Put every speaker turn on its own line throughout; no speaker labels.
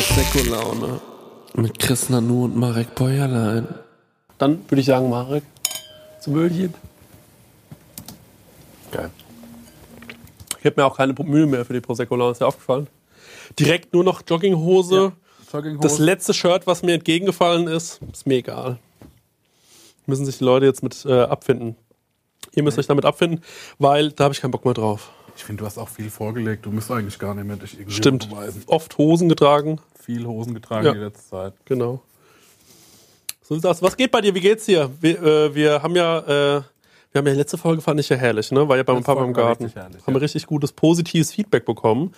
Disco-Laune mit Chris Nanu und Marek Bäuerlein. Dann würde ich sagen, Marek, zum Ölchen.
Geil.
Ich habe mir auch keine Mühe mehr für die Prosecco-Laune, ist ja aufgefallen. Direkt nur noch Jogginghose. Das
Jogginghose.
letzte Shirt, was mir entgegengefallen ist, ist mir egal. Müssen sich die Leute jetzt mit äh, abfinden. Ihr müsst euch damit abfinden, weil da habe ich keinen Bock mehr drauf.
Ich finde, du hast auch viel vorgelegt. Du müsst eigentlich gar nicht mehr dich irgendwie
Stimmt.
beweisen.
Oft Hosen getragen,
Viel Hosen getragen
Ja.
die letzte Zeit.
genau. So sieht's aus. Was geht bei dir? Wie geht's dir? Wir, äh, wir haben ja, äh, wir haben ja letzte Folge fand ich ja herrlich, ne? War ja beim
Letzte
Papa im
Folge war
Garten.
richtig herrlich,
haben wir
ja.
richtig gutes, positives Feedback bekommen.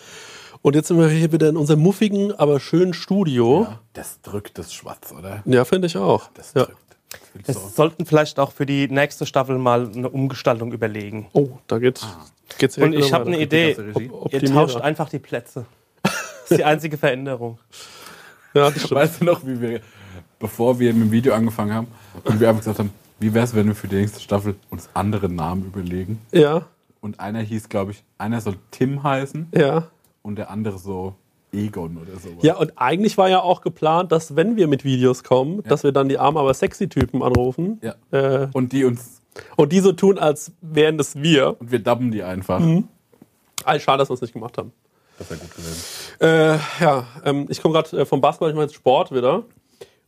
Und jetzt sind wir hier wieder in unserem muffigen, aber schönen Studio.
Ja. Das drückt das Schwarz, oder?
Ja, finde ich auch.
Das
Ja.
drückt. Das will ich
Das
so.
sollten vielleicht auch für die nächste Staffel mal eine Umgestaltung überlegen.
Oh, da geht's.
Ah.
geht's direkt
Und ich
wieder
habe eine
weiter.
Idee.
ganze Regie?
genau, Ihr
Optimierer.
tauscht einfach die Plätze. Das ist die einzige Veränderung.
Ja, das stimmt.
Weißt du noch, wie wir, bevor wir mit dem Video angefangen haben, und wir einfach gesagt haben, wie wäre es, wenn wir für die nächste Staffel uns andere Namen überlegen?
Ja,
Und einer hieß, glaube ich, einer soll Tim heißen
ja.
und der andere so Egon oder sowas.
Ja, und eigentlich war ja auch geplant, dass wenn wir mit Videos kommen, dass wir dann die armen, aber sexy Typen anrufen
Ja.
äh,
Und die uns,
und die so tun, als wären das wir.
und wir dubben die einfach.
Ah, schade, dass wir es nicht gemacht haben.
Das wäre gut gewesen.
Äh, ja, ähm, ich komme gerade äh, vom Basketball, ich mache jetzt Sport wieder.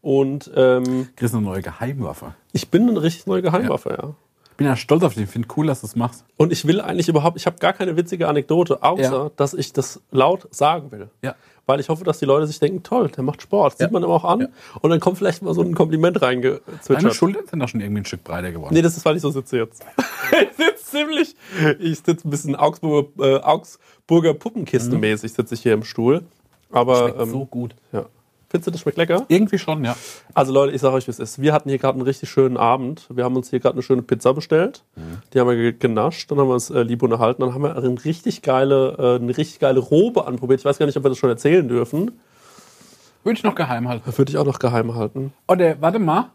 Und ähm,
Chris, eine neue Geheimwaffe.
ich bin eine richtig neue Geheimwaffe, ja.
Ich bin ja stolz auf dich. Ich finde cool, dass du es machst.
Und ich will eigentlich überhaupt, ich habe gar keine witzige Anekdote, außer
Ja.
dass ich das laut sagen will.
Ja.
Weil ich hoffe, dass die Leute sich denken, toll, der macht Sport. Das
Ja.
Sieht man immer auch an.
Ja.
Und dann kommt vielleicht mal so ein Kompliment
Deine
reingezwitschert.
Schultern sind doch schon irgendwie ein Stück breiter geworden.
Nee, das ist, weil ich so sitze jetzt. ich sitze ziemlich. Ich sitze ein bisschen Augsburger, äh, Augsburger
Mhm.
Puppenkistenmäßig, sitze ich hier im Stuhl. Aber ähm,
gut.
ja. findest du, das schmeckt lecker?
Irgendwie schon, ja.
Also Leute, ich sage euch, wie es ist. Wir hatten hier gerade einen richtig schönen Abend. Wir haben uns hier gerade eine schöne Pizza bestellt. Die haben wir ge- genascht, dann haben wir uns äh, lieb unterhalten. Dann haben wir eine richtig geile, äh, eine richtig geile Robe anprobiert. Ich weiß gar nicht, ob wir das schon erzählen dürfen.
Würde ich noch geheim halten.
Würde ich auch noch geheim halten.
Oder, warte mal.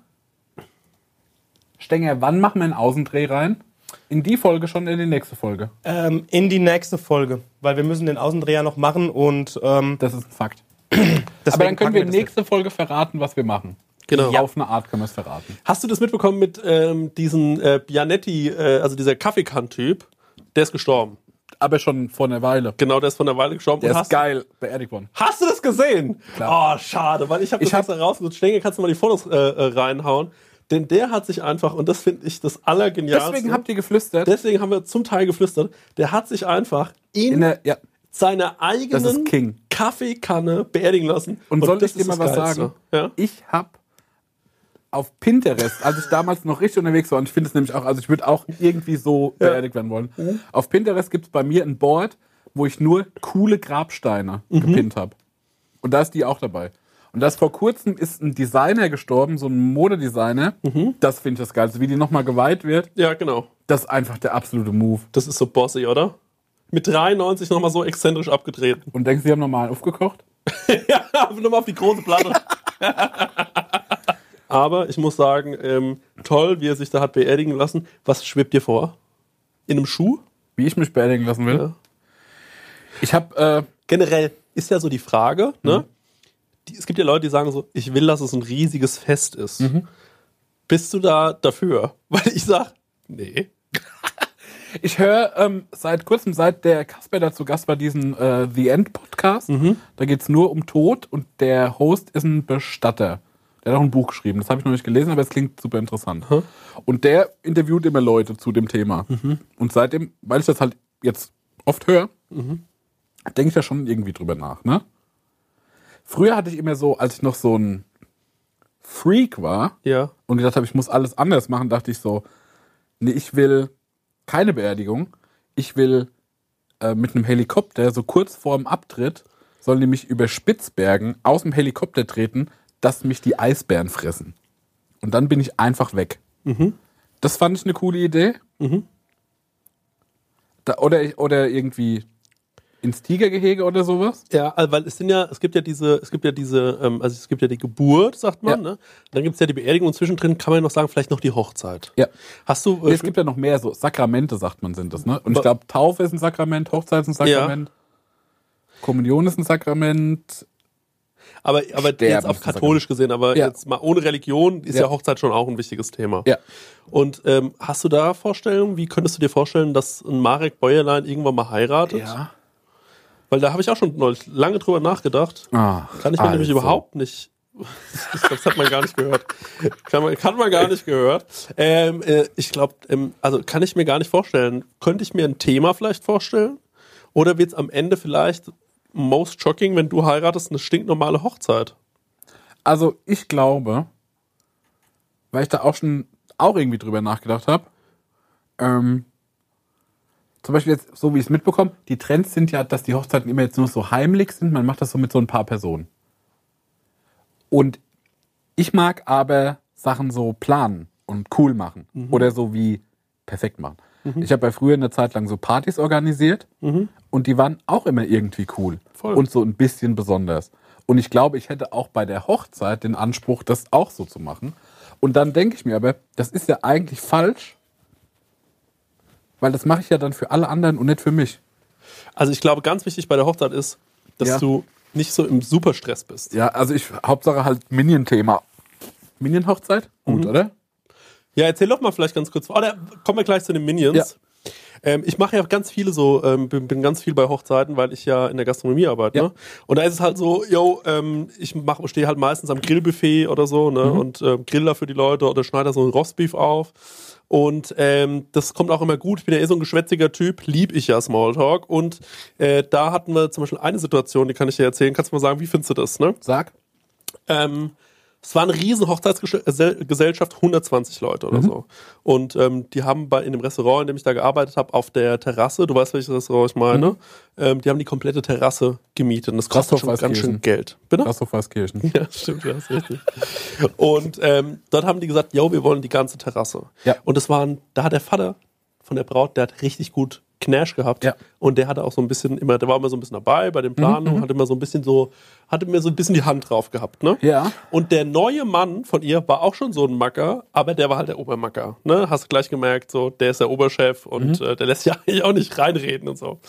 Stenger, wann machen wir einen Außendreh rein? In die Folge schon, in die nächste Folge.
Ähm, in die nächste Folge, weil wir müssen den Außendreher noch machen und ähm,
Das ist ein Fakt.
deswegen
Aber dann können
packen
wir
das
nächste Folge verraten, was wir machen.
Genau.
Auf eine Art können wir es verraten.
Hast du das mitbekommen mit ähm, diesem äh, Bianetti, äh, also dieser Kaffeekann-Typ? Der ist gestorben.
Aber schon vor einer Weile.
Genau, der ist von der Weile gestorben.
Der
und
ist
hast-
geil beerdigt worden.
Hast du das gesehen?
Klar.
Oh, schade, weil ich habe
Ich
das
hab-
extra rausgesucht. Stenge, kannst du mal die Fotos äh, äh, reinhauen? Denn der hat sich einfach, und das finde ich das Allergenialste.
Deswegen habt ihr geflüstert.
Deswegen haben wir zum Teil geflüstert. Der hat sich einfach in,
In der, ja.
seiner
Das ist
eigenen
King.
Kaffeekanne beerdigen lassen.
Und, soll
das
ich dir
ist
mal
das
was
Geilste.
sagen?
Ja?
Ich habe auf Pinterest, als ich damals noch richtig unterwegs war, und ich finde es nämlich auch, also ich würde auch irgendwie so beerdigt werden wollen.
Mhm.
Auf Pinterest gibt es bei mir ein Board, wo ich nur coole Grabsteine
Mhm.
gepinnt habe. Und da ist die auch dabei. Und das vor kurzem ist ein Designer gestorben, so ein Modedesigner.
Mhm.
Das finde ich das Geilste. Wie die nochmal geweiht wird,
ja, genau.
das ist einfach der absolute Move.
Das ist so bossy, oder? Mit 93 nochmal so exzentrisch abgetreten.
Und denkst du, die haben nochmal aufgekocht?
ja, nochmal auf die große Platte. Aber ich muss sagen, ähm, toll, wie er sich da hat beerdigen lassen. Was schwebt dir vor? In einem Schuh?
Wie ich mich beerdigen lassen will?
Ja.
Ich habe äh,
Generell ist ja so die Frage, ne? Die, es gibt ja Leute, die sagen so, ich will, dass es ein riesiges Fest ist. Bist du da dafür? Weil ich sag, nee.
Ich höre ähm, seit kurzem, seit der Kasper da zu Gast war, diesen äh, The End Podcast. Da geht es nur um Tod und der Host ist ein Bestatter. Der hat auch ein Buch geschrieben. Das habe ich noch nicht gelesen, aber es klingt super interessant. Und der interviewt immer Leute zu dem Thema. Und seitdem, weil ich das halt jetzt oft höre, denke ich da schon irgendwie drüber nach. Ne? Früher hatte ich immer so, als ich noch so ein Freak war,
Ja.
und gedacht habe, ich muss alles anders machen, dachte ich so, nee, ich will keine Beerdigung. Ich will äh, mit einem Helikopter, so kurz vorm Abtritt, sollen die mich über Spitzbergen aus dem Helikopter treten, dass mich die Eisbären fressen. Und dann bin ich einfach weg. Das fand ich eine coole Idee. Da, oder, ich- oder irgendwie ins Tigergehege oder sowas.
Ja, also, weil es sind ja, es gibt ja diese, es gibt ja diese, ähm, also es gibt ja die Geburt, sagt man,
Ja.
ne? Dann gibt's ja die Beerdigung und zwischendrin kann man ja noch sagen, vielleicht noch die Hochzeit.
Ja.
Hast du. äh,
Nee, es gibt ja noch mehr so Sakramente, sagt man, sind das, ne? Und ich glaube, Taufe ist ein Sakrament, Hochzeit ist ein Sakrament, Kommunion ist ein Sakrament,
Aber, aber
Sterben
jetzt auf
ist das genau.
katholisch gesehen, aber
Ja.
jetzt mal ohne Religion ist ja.
Ja.
Hochzeit schon auch ein wichtiges Thema.
Ja.
Und ähm, hast du da Vorstellungen? Wie könntest du dir vorstellen, dass ein Marek Bäuerlein irgendwann mal heiratet?
Ja.
Weil da habe ich auch schon neulich lange drüber nachgedacht.
Ah.
Kann ich mir
also.
nämlich überhaupt nicht. Ich glaube, das hat man gar nicht gehört. Kann man, kann man gar nicht gehört. Ähm, äh, ich glaube, ähm, also kann ich mir gar nicht vorstellen. Könnte ich mir ein Thema vielleicht vorstellen? Oder wird es am Ende vielleicht most shocking, wenn du heiratest, eine stinknormale Hochzeit?
Also ich glaube, weil ich da auch schon auch irgendwie drüber nachgedacht habe, ähm, zum Beispiel jetzt, so wie ich es mitbekomme, die Trends sind ja, dass die Hochzeiten immer jetzt nur so heimlich sind. Man macht das so mit so ein paar Personen. Und ich mag aber Sachen so planen und cool machen. Oder so wie perfekt machen. Ich habe ja früher eine Zeit lang so Partys organisiert und die waren auch immer irgendwie cool.
Voll.
Und so ein bisschen besonders. Und ich glaube, ich hätte auch bei der Hochzeit den Anspruch, das auch so zu machen. Und dann denke ich mir aber, das ist ja eigentlich falsch, weil das mache ich ja dann für alle anderen und nicht für mich.
Also ich glaube, ganz wichtig bei der Hochzeit ist, dass
Ja.
du nicht so im Superstress bist.
Ja, also ich, Hauptsache halt Minion-Thema. Minion-Hochzeit? Gut, oder?
Ja, erzähl doch mal vielleicht ganz kurz. Oder kommen wir gleich zu den Minions. Ähm, ich mache ja ganz viele so, ähm, bin, bin ganz viel bei Hochzeiten, weil ich ja in der Gastronomie arbeite.
Ja.
Ne? Und da ist es halt so, yo, ähm, ich stehe halt meistens am Grillbuffet oder so ne?
Mhm.
und ähm, grill da für die Leute oder schneide da so ein Rostbeef auf. Und ähm, das kommt auch immer gut. Ich bin ja eh so ein geschwätziger Typ, lieb ich ja Smalltalk. Und äh, da hatten wir zum Beispiel eine Situation, die kann ich dir erzählen. Kannst du mal sagen, wie findest du das? Ne?
Sag.
Ähm, es war eine riesen Hochzeitsgesellschaft, 120 Leute oder so. Und ähm, die haben bei, in dem Restaurant, in dem ich da gearbeitet habe, auf der Terrasse, du weißt, welches Restaurant ich meine, ähm, die haben die komplette Terrasse gemietet. Und das kostet
Rasshof
schon ganz schön
Weißkirchen.
Geld. Bitte?
Wasserfahrskirchen.
Ja, stimmt, ja, ist richtig. Und ähm, dort haben die gesagt, jo, wir wollen die ganze Terrasse.
Ja.
Und das waren, da hat der Vater von der Braut, der hat richtig gut Knirsch gehabt.
Ja.
Und der hatte auch so ein bisschen immer, der war immer so ein bisschen dabei bei den Planungen,
Mhm,
hat immer so ein bisschen so, hatte mir so ein bisschen die Hand drauf gehabt, ne?
Ja.
Und der neue Mann von ihr war auch schon so ein Macker, aber der war halt der Obermacker, ne? Hast du gleich gemerkt, so, der ist der Oberchef
Mhm.
und äh, der lässt sich eigentlich auch nicht reinreden und so.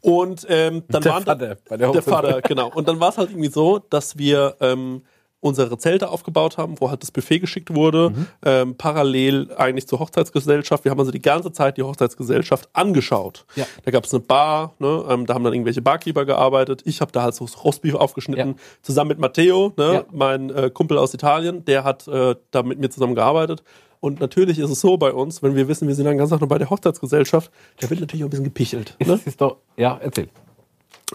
Und ähm, dann
Der
waren
Vater bei der
der, der
Hochzeit.
Vater, genau. Und dann war es halt irgendwie so, dass wir ähm, unsere Zelte aufgebaut haben, wo halt das Buffet geschickt wurde,
Mhm.
ähm, parallel eigentlich zur Hochzeitsgesellschaft. Wir haben also die ganze Zeit die Hochzeitsgesellschaft angeschaut.
Ja.
Da gab es eine Bar, ne? ähm, da haben dann irgendwelche Barkeeper gearbeitet. Ich habe da halt so das Rostbeef aufgeschnitten,
Ja.
zusammen mit Matteo, ne?
Ja.
mein äh, Kumpel aus Italien, der hat äh, da mit mir zusammen gearbeitet. Und natürlich ist es so bei uns, wenn wir wissen, wir sind dann ganz noch bei der Hochzeitsgesellschaft, da wird natürlich auch ein bisschen gepichelt. Ne?
Das ist doch, ja, erzähl.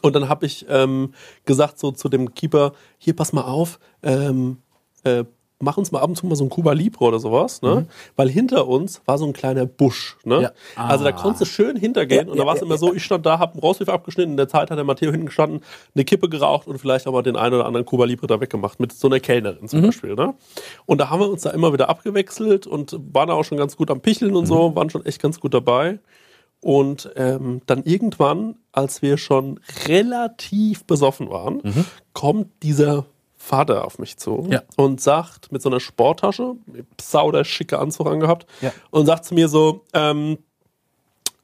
Und dann habe ich ähm, gesagt so zu dem Keeper, hier pass mal auf, ähm, äh, mach uns mal ab und zu mal so ein Cuba Libre oder sowas, ne? Weil hinter uns war so ein kleiner Busch, ne?
Mhm. Ja.
Also da
Ah.
konntest du schön hintergehen
Ja,
und da
ja,
war es
ja,
immer so, ich stand da, hab einen Rostbeef abgeschnitten, in der Zeit hat der Matteo hinten gestanden, eine Kippe geraucht und vielleicht auch mal den einen oder anderen Cuba Libre da weggemacht, mit so einer Kellnerin
Mhm.
zum Beispiel, ne? Und da haben wir uns da immer wieder abgewechselt und waren da auch schon ganz gut am Picheln
Mhm.
und so, waren schon echt ganz gut dabei. Und ähm, dann irgendwann, als wir schon relativ besoffen waren, kommt dieser Vater auf mich zu
Mhm. Ja.
und sagt mit so einer Sporttasche, sauder schicke Anzug angehabt,
Ja.
und sagt zu mir so, ähm,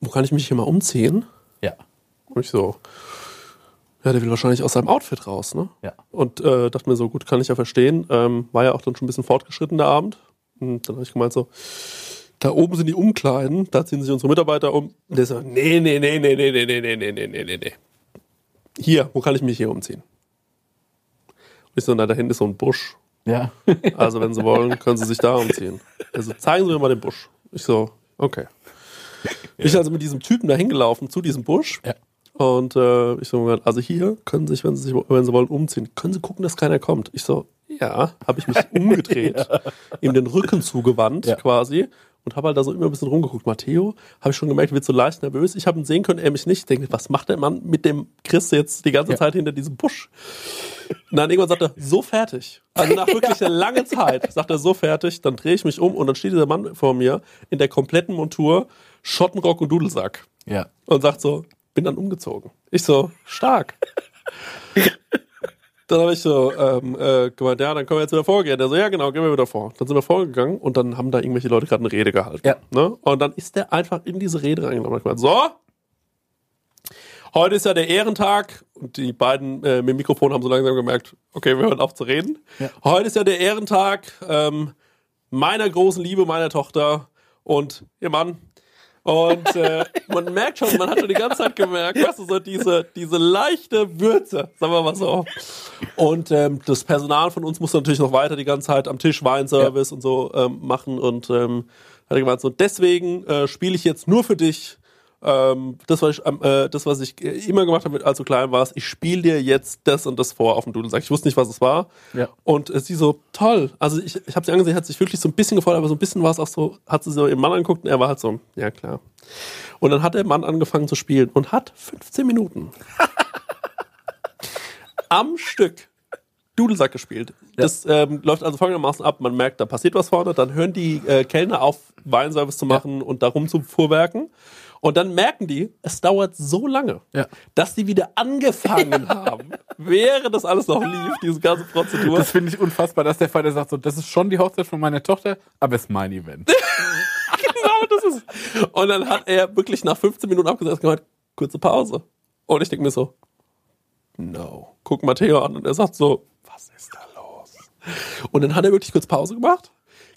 wo kann ich mich hier mal umziehen?
Ja.
Und ich so, ja, der will wahrscheinlich aus seinem Outfit raus, ne?
Ja.
Und äh, dachte mir so, gut, kann ich ja verstehen. Ähm, war ja auch dann schon ein bisschen fortgeschritten der Abend. Und dann habe ich gemeint so, da oben sind die Umkleiden, da ziehen sich unsere Mitarbeiter um. Und der so, nee, nee, nee, nee, nee, nee, nee, nee, nee, nee, nee, nee, nee. Hier, wo kann ich mich hier umziehen? Und ich so, na, da hinten ist so ein Busch.
Ja.
Also, wenn Sie wollen, können Sie sich da umziehen. Also, zeigen Sie mir mal den Busch. Ich so, okay. Ich also mit diesem Typen da hingelaufen zu diesem Busch.
Ja.
Und äh, ich so, also hier können Sie sich, wenn Sie sich, wenn Sie wollen, umziehen. Können Sie gucken, dass keiner kommt? Ich so, ja, habe ich mich umgedreht, ihm den Rücken zugewandt
Ja.
quasi und habe halt da so immer ein bisschen rumgeguckt. Matteo, habe ich schon gemerkt, wird so leicht nervös. Ich habe ihn sehen können, er mich nicht. Ich denke, was macht der Mann mit dem Chris jetzt die ganze
Ja.
Zeit hinter diesem Busch? Und dann irgendwann sagt er, so fertig. Also nach wirklich einer langen Zeit sagt er, so fertig. Dann drehe ich mich um und dann steht dieser Mann vor mir in der kompletten Montur, Schottenrock und Dudelsack
Ja.
und sagt so, bin dann umgezogen. Ich so, stark. dann habe ich so ähm, äh, gemeint, ja, dann können wir jetzt wieder vorgehen. Der so, ja genau, gehen wir wieder vor. Dann sind wir vorgegangen und dann haben da irgendwelche Leute gerade eine Rede gehalten.
Ja.
Ne? Und dann ist der einfach in diese Rede reingelaufen und hat gemeint, so,
Heute ist ja der Ehrentag und die beiden äh, mit dem Mikrofon haben so langsam gemerkt, okay, wir hören auf zu reden. Heute ist ja der Ehrentag ähm, meiner großen Liebe, meiner Tochter und ihr Mann. Und äh, man merkt schon, man hat schon die ganze Zeit gemerkt, weißt du, so diese, diese leichte Würze, sagen wir mal so. Und ähm, das Personal von uns musste natürlich noch weiter die ganze Zeit am Tisch Weinservice und so ähm, machen und ähm, hat er gemeint, so deswegen äh, spiele ich jetzt nur für dich ähm, das, was ich, am- äh, das, was ich äh, immer gemacht habe, als du klein warst, ich spiele dir jetzt das und das vor auf dem Dudelsack. Ich wusste nicht, was es war.
Ja.
Und äh, sie so, toll. Also ich, ich habe sie angesehen, hat sich wirklich so ein bisschen gefreut, aber so ein bisschen war es auch so, hat sie so ihren Mann angeguckt und er war halt so, ja klar. Und dann hat der Mann angefangen zu spielen und hat 15 Minuten am Stück Dudelsack gespielt. Das ähm, läuft also folgendermaßen ab: Man merkt, da passiert was vorne, dann hören die äh, Kellner auf, Weinservice zu machen und darum zu fuhrwerken. Und dann merken die, es dauert so lange,
Ja.
dass die wieder angefangen haben, während das alles noch lief, diese ganze Prozedur.
Das finde ich unfassbar, dass der Vater sagt, so, das ist schon die Hochzeit von meiner Tochter, aber es ist mein Event.
genau, das ist. Und dann hat er wirklich nach 15 Minuten abgesagt und gemeint, kurze Pause. Und ich denke mir so, no. Guck Matteo an und er sagt so, was ist da los? Und dann hat er wirklich kurz Pause gemacht,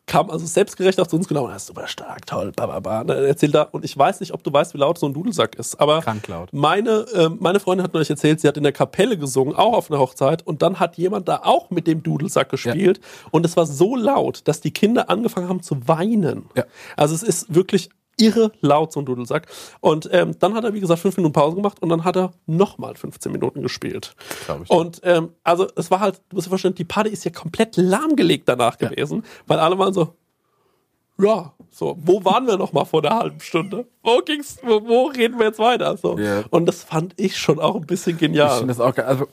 kam also selbstgerecht auf zu uns gelaufen, das ist super stark, toll, ba, ba, ba. Und dann erzählt er, und ich weiß nicht, ob du weißt, wie laut so ein Dudelsack ist, aber
Krank laut.
meine, ähm, meine Freundin hat mir euch erzählt, sie hat in der Kapelle gesungen, auch auf einer Hochzeit, und dann hat jemand da auch mit dem Dudelsack gespielt. Und es war so laut, dass die Kinder angefangen haben zu weinen.
Ja.
Also es ist wirklich irre laut, so ein Dudelsack. Und ähm, dann hat er, wie gesagt, fünf Minuten Pause gemacht und dann hat er nochmal 15 Minuten gespielt.
Glaub ich.
Und ähm, also es war halt, du musst dir vorstellen, die Party ist ja komplett lahmgelegt danach
Ja.
gewesen, weil alle waren so, ja, so, wo waren wir noch mal vor einer halben Stunde? Wo ging's, wo, wo reden wir jetzt weiter? So.
Ja.
Und das fand ich schon auch ein bisschen
Ich
genial.
finde das auch geil. Also,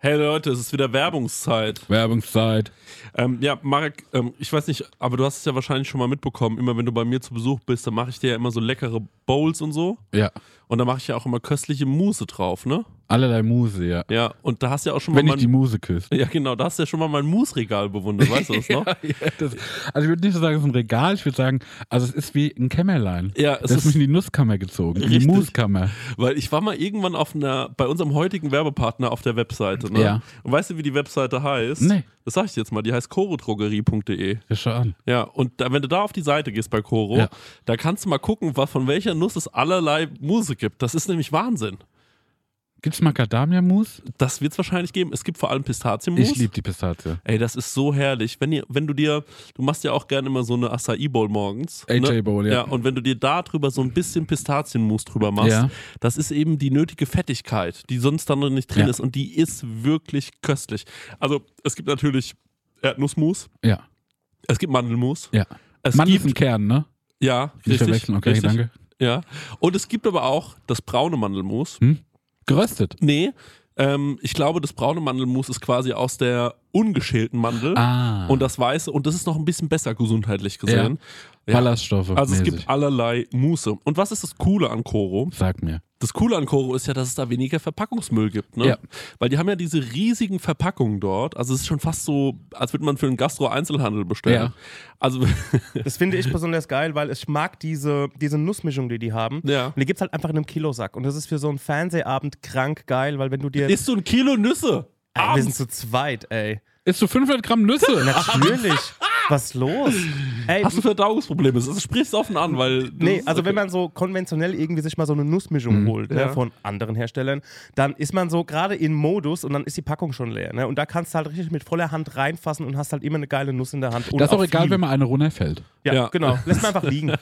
Hey Leute, es ist wieder Werbungszeit.
Werbungszeit.
Ähm, ja, Marek, ähm, ich weiß nicht, aber du hast es ja wahrscheinlich schon mal mitbekommen. Immer wenn du bei mir zu Besuch bist, dann mache ich dir ja immer so leckere Bowls und so.
Ja.
Und da mache ich ja auch immer köstliche Mousse drauf, ne?
Allerlei Muse, ja.
Ja, und da hast du ja auch schon
Wenn
mal
ich die
mein,
Muse küsse.
Ja, genau, da hast du ja schon mal mein Mousse-Regal bewundert, weißt du das noch?
Ja, das, also ich würde nicht so sagen, es ist ein Regal, ich würde sagen, also es ist wie ein Kämmerlein.
Ja, es
es das
ist-
ist mich in die Nusskammer gezogen, in die
Richtig.
Muskammer.
Weil ich war mal irgendwann auf einer, bei unserem heutigen Werbepartner auf der Webseite, ne?
Ja.
Und weißt du, wie die Webseite heißt?
Nee.
Das sag ich dir jetzt mal, die heißt chorodrogerie.de.
Ja, schau an.
Ja, und da, wenn du da auf die Seite gehst bei Koro,
Ja.
da kannst du mal gucken, was, von welcher Nuss es allerlei Musik gibt. Das ist nämlich Wahnsinn.
Gibt's Macadamia-Mousse?
Das wird es wahrscheinlich geben. Es gibt vor allem Pistazienmus.
Ich liebe die Pistazie.
Ey, das ist so herrlich. Wenn, ihr, wenn du dir, du machst ja auch gerne immer so eine Acai Bowl morgens. ne?
AJ Bowl, ja.
Ja, und wenn du dir da drüber so ein bisschen Pistazienmus drüber machst,
Ja.
das ist eben die nötige Fettigkeit, die sonst dann noch nicht drin
Ja.
ist. Und die ist wirklich köstlich. Also, es gibt natürlich Erdnussmus,
Ja,
es gibt Mandelmus,
ja.
es
Mann ist ein
gibt,
Kern, ne?
ja,
Nicht
richtig,
verwechseln, okay,
richtig,
danke.
Ja. Und es gibt aber auch das braune Mandelmus.
Geröstet.
Nee, ähm, ich glaube, das braune Mandelmus ist quasi aus der ungeschälten Mandel.
Ah.
Und das weiße, und das ist noch ein bisschen besser gesundheitlich gesehen. Ja.
Ballaststoffe.
Also es
mäßig.
gibt allerlei Muße. Und was ist das Coole an Koro?
Sag mir.
Das Coole an Koro ist ja, dass es da weniger Verpackungsmüll gibt. Ne?
Ja.
Weil die haben ja diese riesigen Verpackungen dort. Also es ist schon fast so, als würde man für einen Gastro-Einzelhandel bestellen.
Ja.
Also
Das finde ich besonders geil, weil ich mag diese, diese Nussmischung, die die haben.
Ja.
Und die gibt es halt einfach in einem Kilosack. Und das ist für so einen Fernsehabend krank geil, weil wenn du dir...
isst du ein Kilo Nüsse.
Ey, wir
abends.
sind zu zweit, ey.
Isst du 500 Gramm Nüsse?
Natürlich. Was ist los? Ey,
Hast du Verdauungsprobleme? Das sprichst offen an, weil.
Nee, also wenn man so konventionell irgendwie sich mal so eine Nussmischung
Mhm,
holt ne,
Ja.
von anderen Herstellern, dann ist man so gerade in Modus und dann ist die Packung schon leer. Ne? Und da kannst du halt richtig mit voller Hand reinfassen und hast halt immer eine geile Nuss in der Hand. Und
Das ist auch egal,
viel.
wenn mal eine runterfällt.
Ja,
Ja.
genau. Lässt man einfach liegen.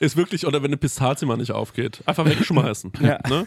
Ist wirklich, oder wenn eine Pistazie mal nicht aufgeht, einfach wegschmeißen. ja. Ne?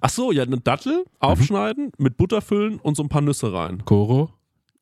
Ach so, ja, eine Dattel aufschneiden, mit Butter füllen und so ein paar Nüsse rein.
Koro,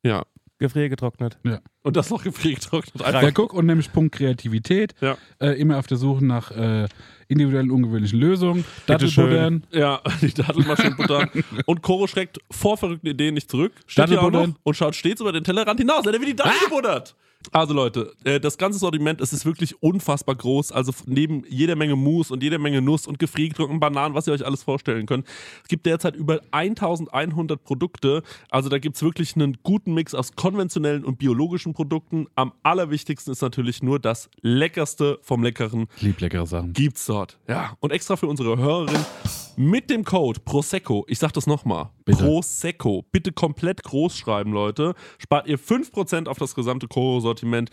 Ja.
Gefriergetrocknet.
Und das noch gefriergetrocknet.
Ja,
Einfach.
guck, und nämlich Punkt Kreativität.
Ja.
Äh, immer auf der Suche nach äh, individuellen, ungewöhnlichen Lösungen. Dattelbuddern.
Ja, die Dattelmaschine buttern. Und Koro schreckt vor verrückten Ideen nicht zurück. Steht hier auch noch
Dattelbuddern.
und schaut stets über den Tellerrand hinaus. Er hat wie die Dattel gebuddert. Also Leute, äh, das ganze Sortiment, es ist wirklich unfassbar groß. Also f- neben jeder Menge Mousse und jeder Menge Nuss und gefriergetrockneten Bananen, was ihr euch alles vorstellen könnt. Es gibt derzeit über 1100 Produkte. Also da gibt es wirklich einen guten Mix aus konventionellen und biologischen Produkten. Am allerwichtigsten ist natürlich nur das Leckerste vom Leckeren
Lieb leckere Sachen.
gibt's dort. Ja, und extra für unsere Hörerin mit dem Code Prosecco, ich sag das nochmal,
Bitte.
Prosecco, bitte komplett groß schreiben, Leute, spart ihr 5% auf das gesamte Koro-Sortiment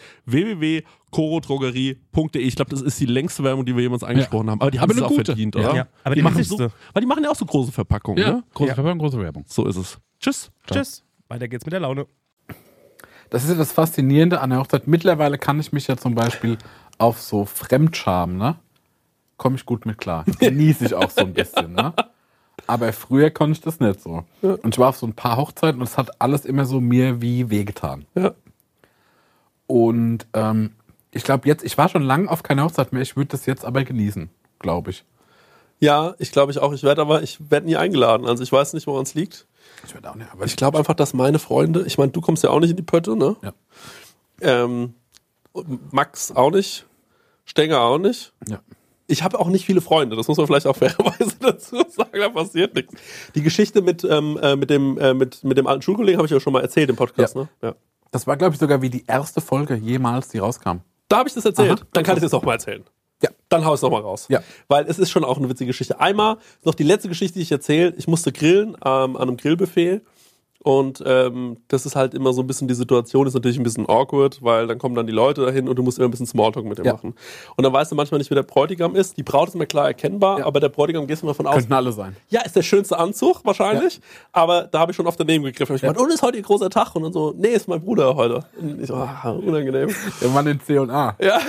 www.korodrogerie.de. Ich glaube, das ist die längste Werbung, die wir jemals angesprochen haben, aber die haben
Aber
es
eine
auch
gute.
verdient,
Ja.
oder?
Ja, aber die
machen so,
wichtigste.
Weil die machen ja auch so große Verpackungen,
Ja,
ne?
große
Ja.
Werbung, große Werbung.
So ist es. Tschüss.
Tschüss. Weiter geht's mit der Laune.
Das ist ja das Faszinierende an der Hochzeit. Mittlerweile kann ich mich ja zum Beispiel auf so Fremdscham, ne? Komme ich gut mit klar. Genieße ich auch so ein bisschen, ne? Aber früher konnte ich das nicht so. Und ich war auf so ein paar Hochzeiten und es hat alles immer so mir wie wehgetan.
Ja.
Und ähm, ich glaube jetzt, ich war schon lange auf keine Hochzeit mehr, ich würde das jetzt aber genießen, glaube ich.
Ja, ich glaube ich auch. Ich werde aber, ich werde nie eingeladen. Also ich weiß nicht, woran es liegt.
Ich würde auch nicht, aber
Ich glaube einfach, dass meine Freunde, ich meine, du kommst ja auch nicht in die Pötte, ne?
Ja.
Ähm, Max auch nicht, Stenger auch nicht.
Ja.
Ich habe auch nicht viele Freunde, das muss man vielleicht auch fairerweise dazu sagen, da passiert nichts. Die Geschichte mit, ähm, äh, mit, dem, äh, mit, mit dem alten Schulkollegen habe ich ja schon mal erzählt im Podcast,
Ja.
ne? Ja.
Das war, glaube ich, sogar wie die erste Folge jemals, die rauskam.
Da habe ich das erzählt.
Aha.
Dann kann ich es noch mal erzählen.
Ja.
Dann hau ich es nochmal raus.
Ja.
Weil es ist schon auch eine witzige Geschichte. Einmal noch die letzte Geschichte, die ich erzähle. Ich musste grillen ähm, an einem Grillbuffet. Und ähm, das ist halt immer so ein bisschen die Situation, ist natürlich ein bisschen awkward, weil dann kommen dann die Leute dahin und du musst immer ein bisschen Smalltalk mit dir
Ja.
machen. Und dann weißt du manchmal nicht, wer der Bräutigam ist. Die Braut ist mir klar erkennbar,
Ja.
aber der Bräutigam gehst du mal von aus.
Könnten alle sein.
Ja, ist der schönste Anzug wahrscheinlich, aber da habe ich schon oft daneben gegriffen. Hab Ich ja. gemeint, und ist heute ihr großer Tag? Und dann so, nee, ist mein Bruder heute. Und ich so, ah, unangenehm.
Irgendwann in C und A. Ja.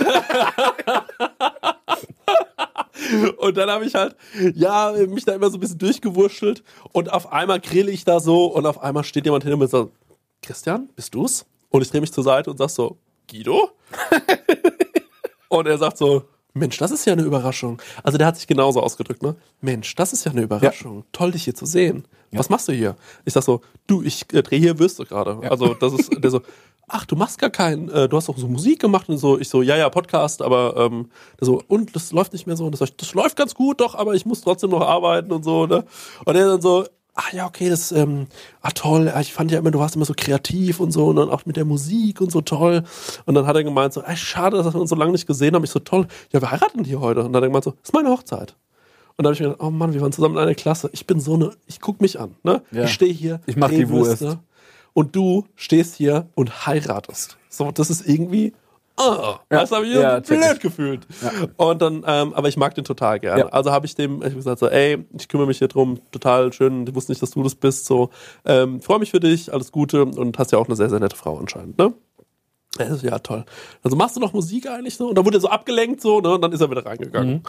Und dann habe ich halt, ja, mich da immer so ein bisschen durchgewurschtelt und auf einmal grill ich da so und auf einmal steht jemand hinter mir und sagt, Christian, bist du's? Und ich drehe mich zur Seite und sag so, Guido? und er sagt so, Mensch, das ist ja eine Überraschung. Also der hat sich genauso ausgedrückt, ne? Mensch, das ist ja eine Überraschung. Toll, dich hier zu sehen. Was machst du hier? Ich sag so, du, ich äh, drehe hier Würste gerade. Also das ist, der so, ach, du machst gar keinen, äh, du hast auch so Musik gemacht und so. Ich so, ja, ja, Podcast, aber ähm, der so, und das läuft nicht mehr so. Und das, sag ich, das läuft ganz gut, doch, aber ich muss trotzdem noch arbeiten und so, ne? Und er dann so, ah ja, okay, das, ähm, ah toll, ah, ich fand ja immer, du warst immer so kreativ und so und dann auch mit der Musik und so toll. Und dann hat er gemeint so, ah, schade, dass wir uns so lange nicht gesehen haben. Ich so, toll, ja, wir heiraten hier heute. Und dann hat er gemeint so, das ist meine Hochzeit. Und da habe ich mir gedacht, oh Mann, wir waren zusammen in einer Klasse. Ich bin so eine, ich guck mich an, ne?
Ja.
Ich stehe hier,
Ich mach die Wurst.
Drehwürste. Und du stehst hier und heiratest. So, das ist irgendwie, ah,
Ja.
das habe ich
Ja, check
blöd
ich.
gefühlt. Und dann, ähm, aber ich mag den total gerne.
Ja.
Also habe ich dem, ich hab gesagt so, ey, ich kümmere mich hier drum, total schön, ich wusste nicht, dass du das bist, so, ähm, freue mich für dich, alles Gute und hast ja auch eine sehr, sehr nette Frau anscheinend, ne? Er so, Ja, toll. Also machst du noch Musik eigentlich so? Und dann wurde er so abgelenkt so, ne? Und dann ist er wieder
Mhm.
reingegangen.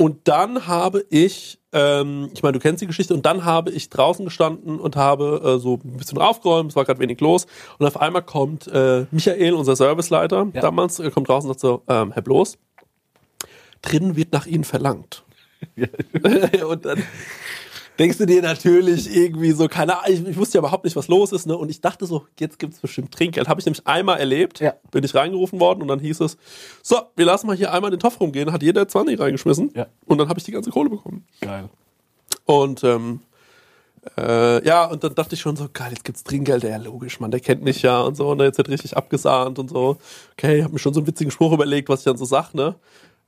Und dann habe ich, ähm, ich meine, du kennst die Geschichte, und dann habe ich draußen gestanden und habe äh, so ein bisschen aufgeräumt, es war gerade wenig los. Und auf einmal kommt äh, Michael, unser Serviceleiter damals, äh, kommt draußen und sagt so, ähm, Herr Bloß, drinnen wird nach Ihnen verlangt. und dann denkst du dir natürlich irgendwie so, keine Ahnung, ich, ich wusste ja überhaupt nicht, was los ist, ne? Und ich dachte so, jetzt gibt's bestimmt Trinkgeld. Habe ich nämlich einmal erlebt,
Ja.
bin ich reingerufen worden und dann hieß es, so, wir lassen mal hier einmal den Topf rumgehen, hat jeder 20 reingeschmissen
Ja.
und dann habe ich die ganze Kohle bekommen.
Geil.
Und ähm, äh, ja, und dann dachte ich schon so, geil, jetzt gibt's Trinkgeld, ja logisch, Mann, der kennt mich ja und so, und jetzt hat richtig abgesahnt und so. Okay, habe mir schon so einen witzigen Spruch überlegt, was ich dann so sag, ne?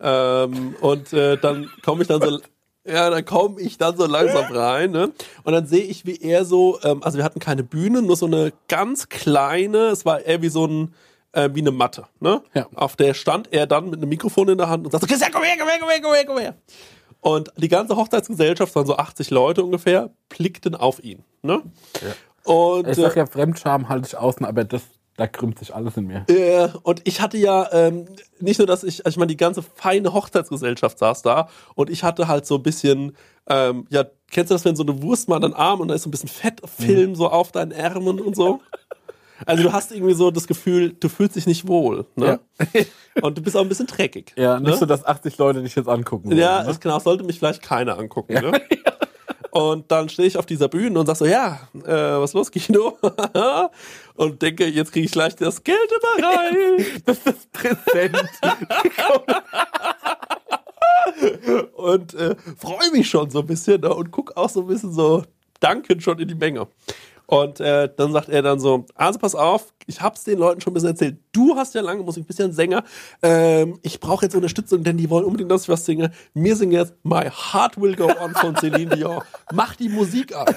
Ähm, und äh, dann komme ich dann so, ja, dann komme ich dann so langsam rein, ne? Und dann sehe ich, wie er so, ähm, also wir hatten keine Bühne, nur so eine ganz kleine, es war eher wie so ein äh, wie eine Matte, ne?
Ja.
Auf der stand er dann mit einem Mikrofon in der Hand und sagt so, Christian, komm her, komm her, komm her, komm her, komm her. Und die ganze Hochzeitsgesellschaft, waren so 80 Leute ungefähr, blickten auf ihn. Ne? Und,
Ich
äh,
sag ja, Fremdscham halte ich außen, aber das, da krümmt sich alles in mir.
äh, und ich hatte ja ähm, nicht nur, dass ich, also ich meine, die ganze feine Hochzeitsgesellschaft saß da und ich hatte halt so ein bisschen, ähm, ja,
Mhm.
kennst du das, wenn so eine Wurst mal an den Arm und da ist so ein bisschen Fettfilm so auf deinen Ärmeln und so? Also du hast irgendwie so das Gefühl, du fühlst dich nicht wohl. Ne? Und du bist auch ein bisschen dreckig.
Ja, nicht
ne?
so, dass 80 Leute dich jetzt angucken. ne?
Ja,
wollen,
ist genau, sollte mich vielleicht keiner angucken. Ne? Und dann stehe ich auf dieser Bühne und sag so, ja, äh, was los, Kino? und denke, jetzt kriege ich gleich das Geld immer rein.
ne? Präsent.
und äh, freue mich schon so ein bisschen ne, und guck auch so ein bisschen so dankend schon in die Menge. Und äh, dann sagt er dann so, also pass auf, ich hab's den Leuten schon ein bisschen erzählt, du hast ja lange Musik, bist ja ein Sänger, ähm, ich brauche jetzt Unterstützung, denn die wollen unbedingt, dass ich was singe. Mir singen jetzt My Heart Will Go On von Celine Dion. Mach die Musik ab.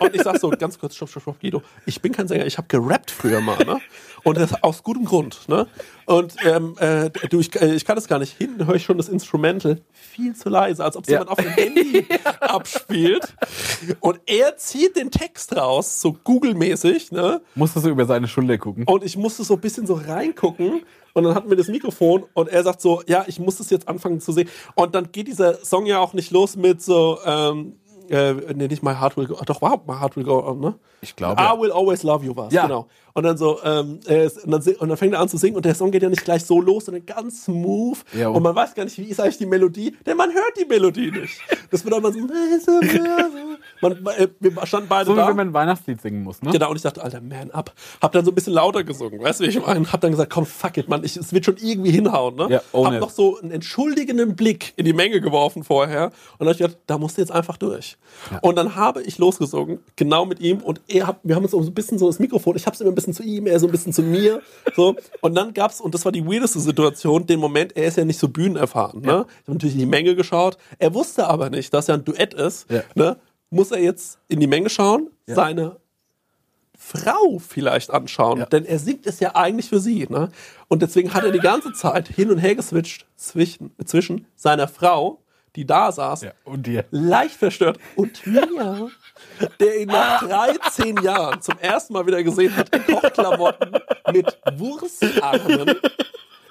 Und ich sag so, ganz kurz, stopp, stopp, stopp, Guido, ich bin kein Sänger, ich habe gerappt früher mal, ne? Und das aus gutem Grund, ne? Und ähm, äh, du, ich, äh, ich kann das gar nicht. Hinten höre ich schon das Instrumental viel zu leise, als ob es
Ja.
jemand auf dem Handy abspielt. Und er zieht den Text raus, so Google-mäßig, ne?
Musstest du über seine Schulter gucken.
Und ich musste so ein bisschen so reingucken. Und dann hatten wir das Mikrofon und er sagt so, ja, ich muss das jetzt anfangen zu sehen. Und dann geht dieser Song ja auch nicht los mit so, ähm, äh, nee, nicht My Heart Will Go Doch, wow, My Heart Will Go On, ne?
Ich glaube,
I
ja.
Will Always Love You war's,
Ja.
genau. Und dann so, ähm, äh, und, dann, sing- und dann fängt er an zu singen und der Song geht ja nicht gleich so los, sondern ganz smooth.
Ja.
und man weiß gar nicht, wie ist eigentlich die Melodie, denn man hört die Melodie nicht. Das bedeutet, man so, man, äh, wir standen beide
So wie
da.
wenn man ein Weihnachtslied singen muss, ne?
Genau, und ich dachte, Alter, man up. Hab dann so ein bisschen lauter gesungen, weißt du, wie ich meine? Hab dann gesagt, komm, fuck it, Mann, ich, es wird schon irgendwie hinhauen, ne?
Ja, own
Hab
it.
noch so einen entschuldigenden Blick in die Menge geworfen vorher. Und dann hab ich gedacht, da musst du jetzt einfach durch. Und dann habe ich losgesungen, genau mit ihm. Und er hat, wir haben uns so ein bisschen so das Mikrofon, ich hab's immer ein bisschen zu ihm, er so ein bisschen zu mir. So. Und dann gab's, und das war die weirdeste Situation, den Moment, er ist ja nicht so bühnenerfahren, ne? Ich habe natürlich in die Menge geschaut. Er wusste aber nicht, dass ja ein Duett ist,
Ja.
ne? Muss er jetzt in die Menge schauen, seine Frau vielleicht anschauen, denn er singt es ja eigentlich für sie. Ne? Und deswegen hat er die ganze Zeit hin und her geswitcht zwischen, zwischen seiner Frau, die da saß,
Ja, und dir.
leicht verstört, und mir, der ihn nach 13 Jahren zum ersten Mal wieder gesehen hat, in Kochklamotten mit Wurstarmen.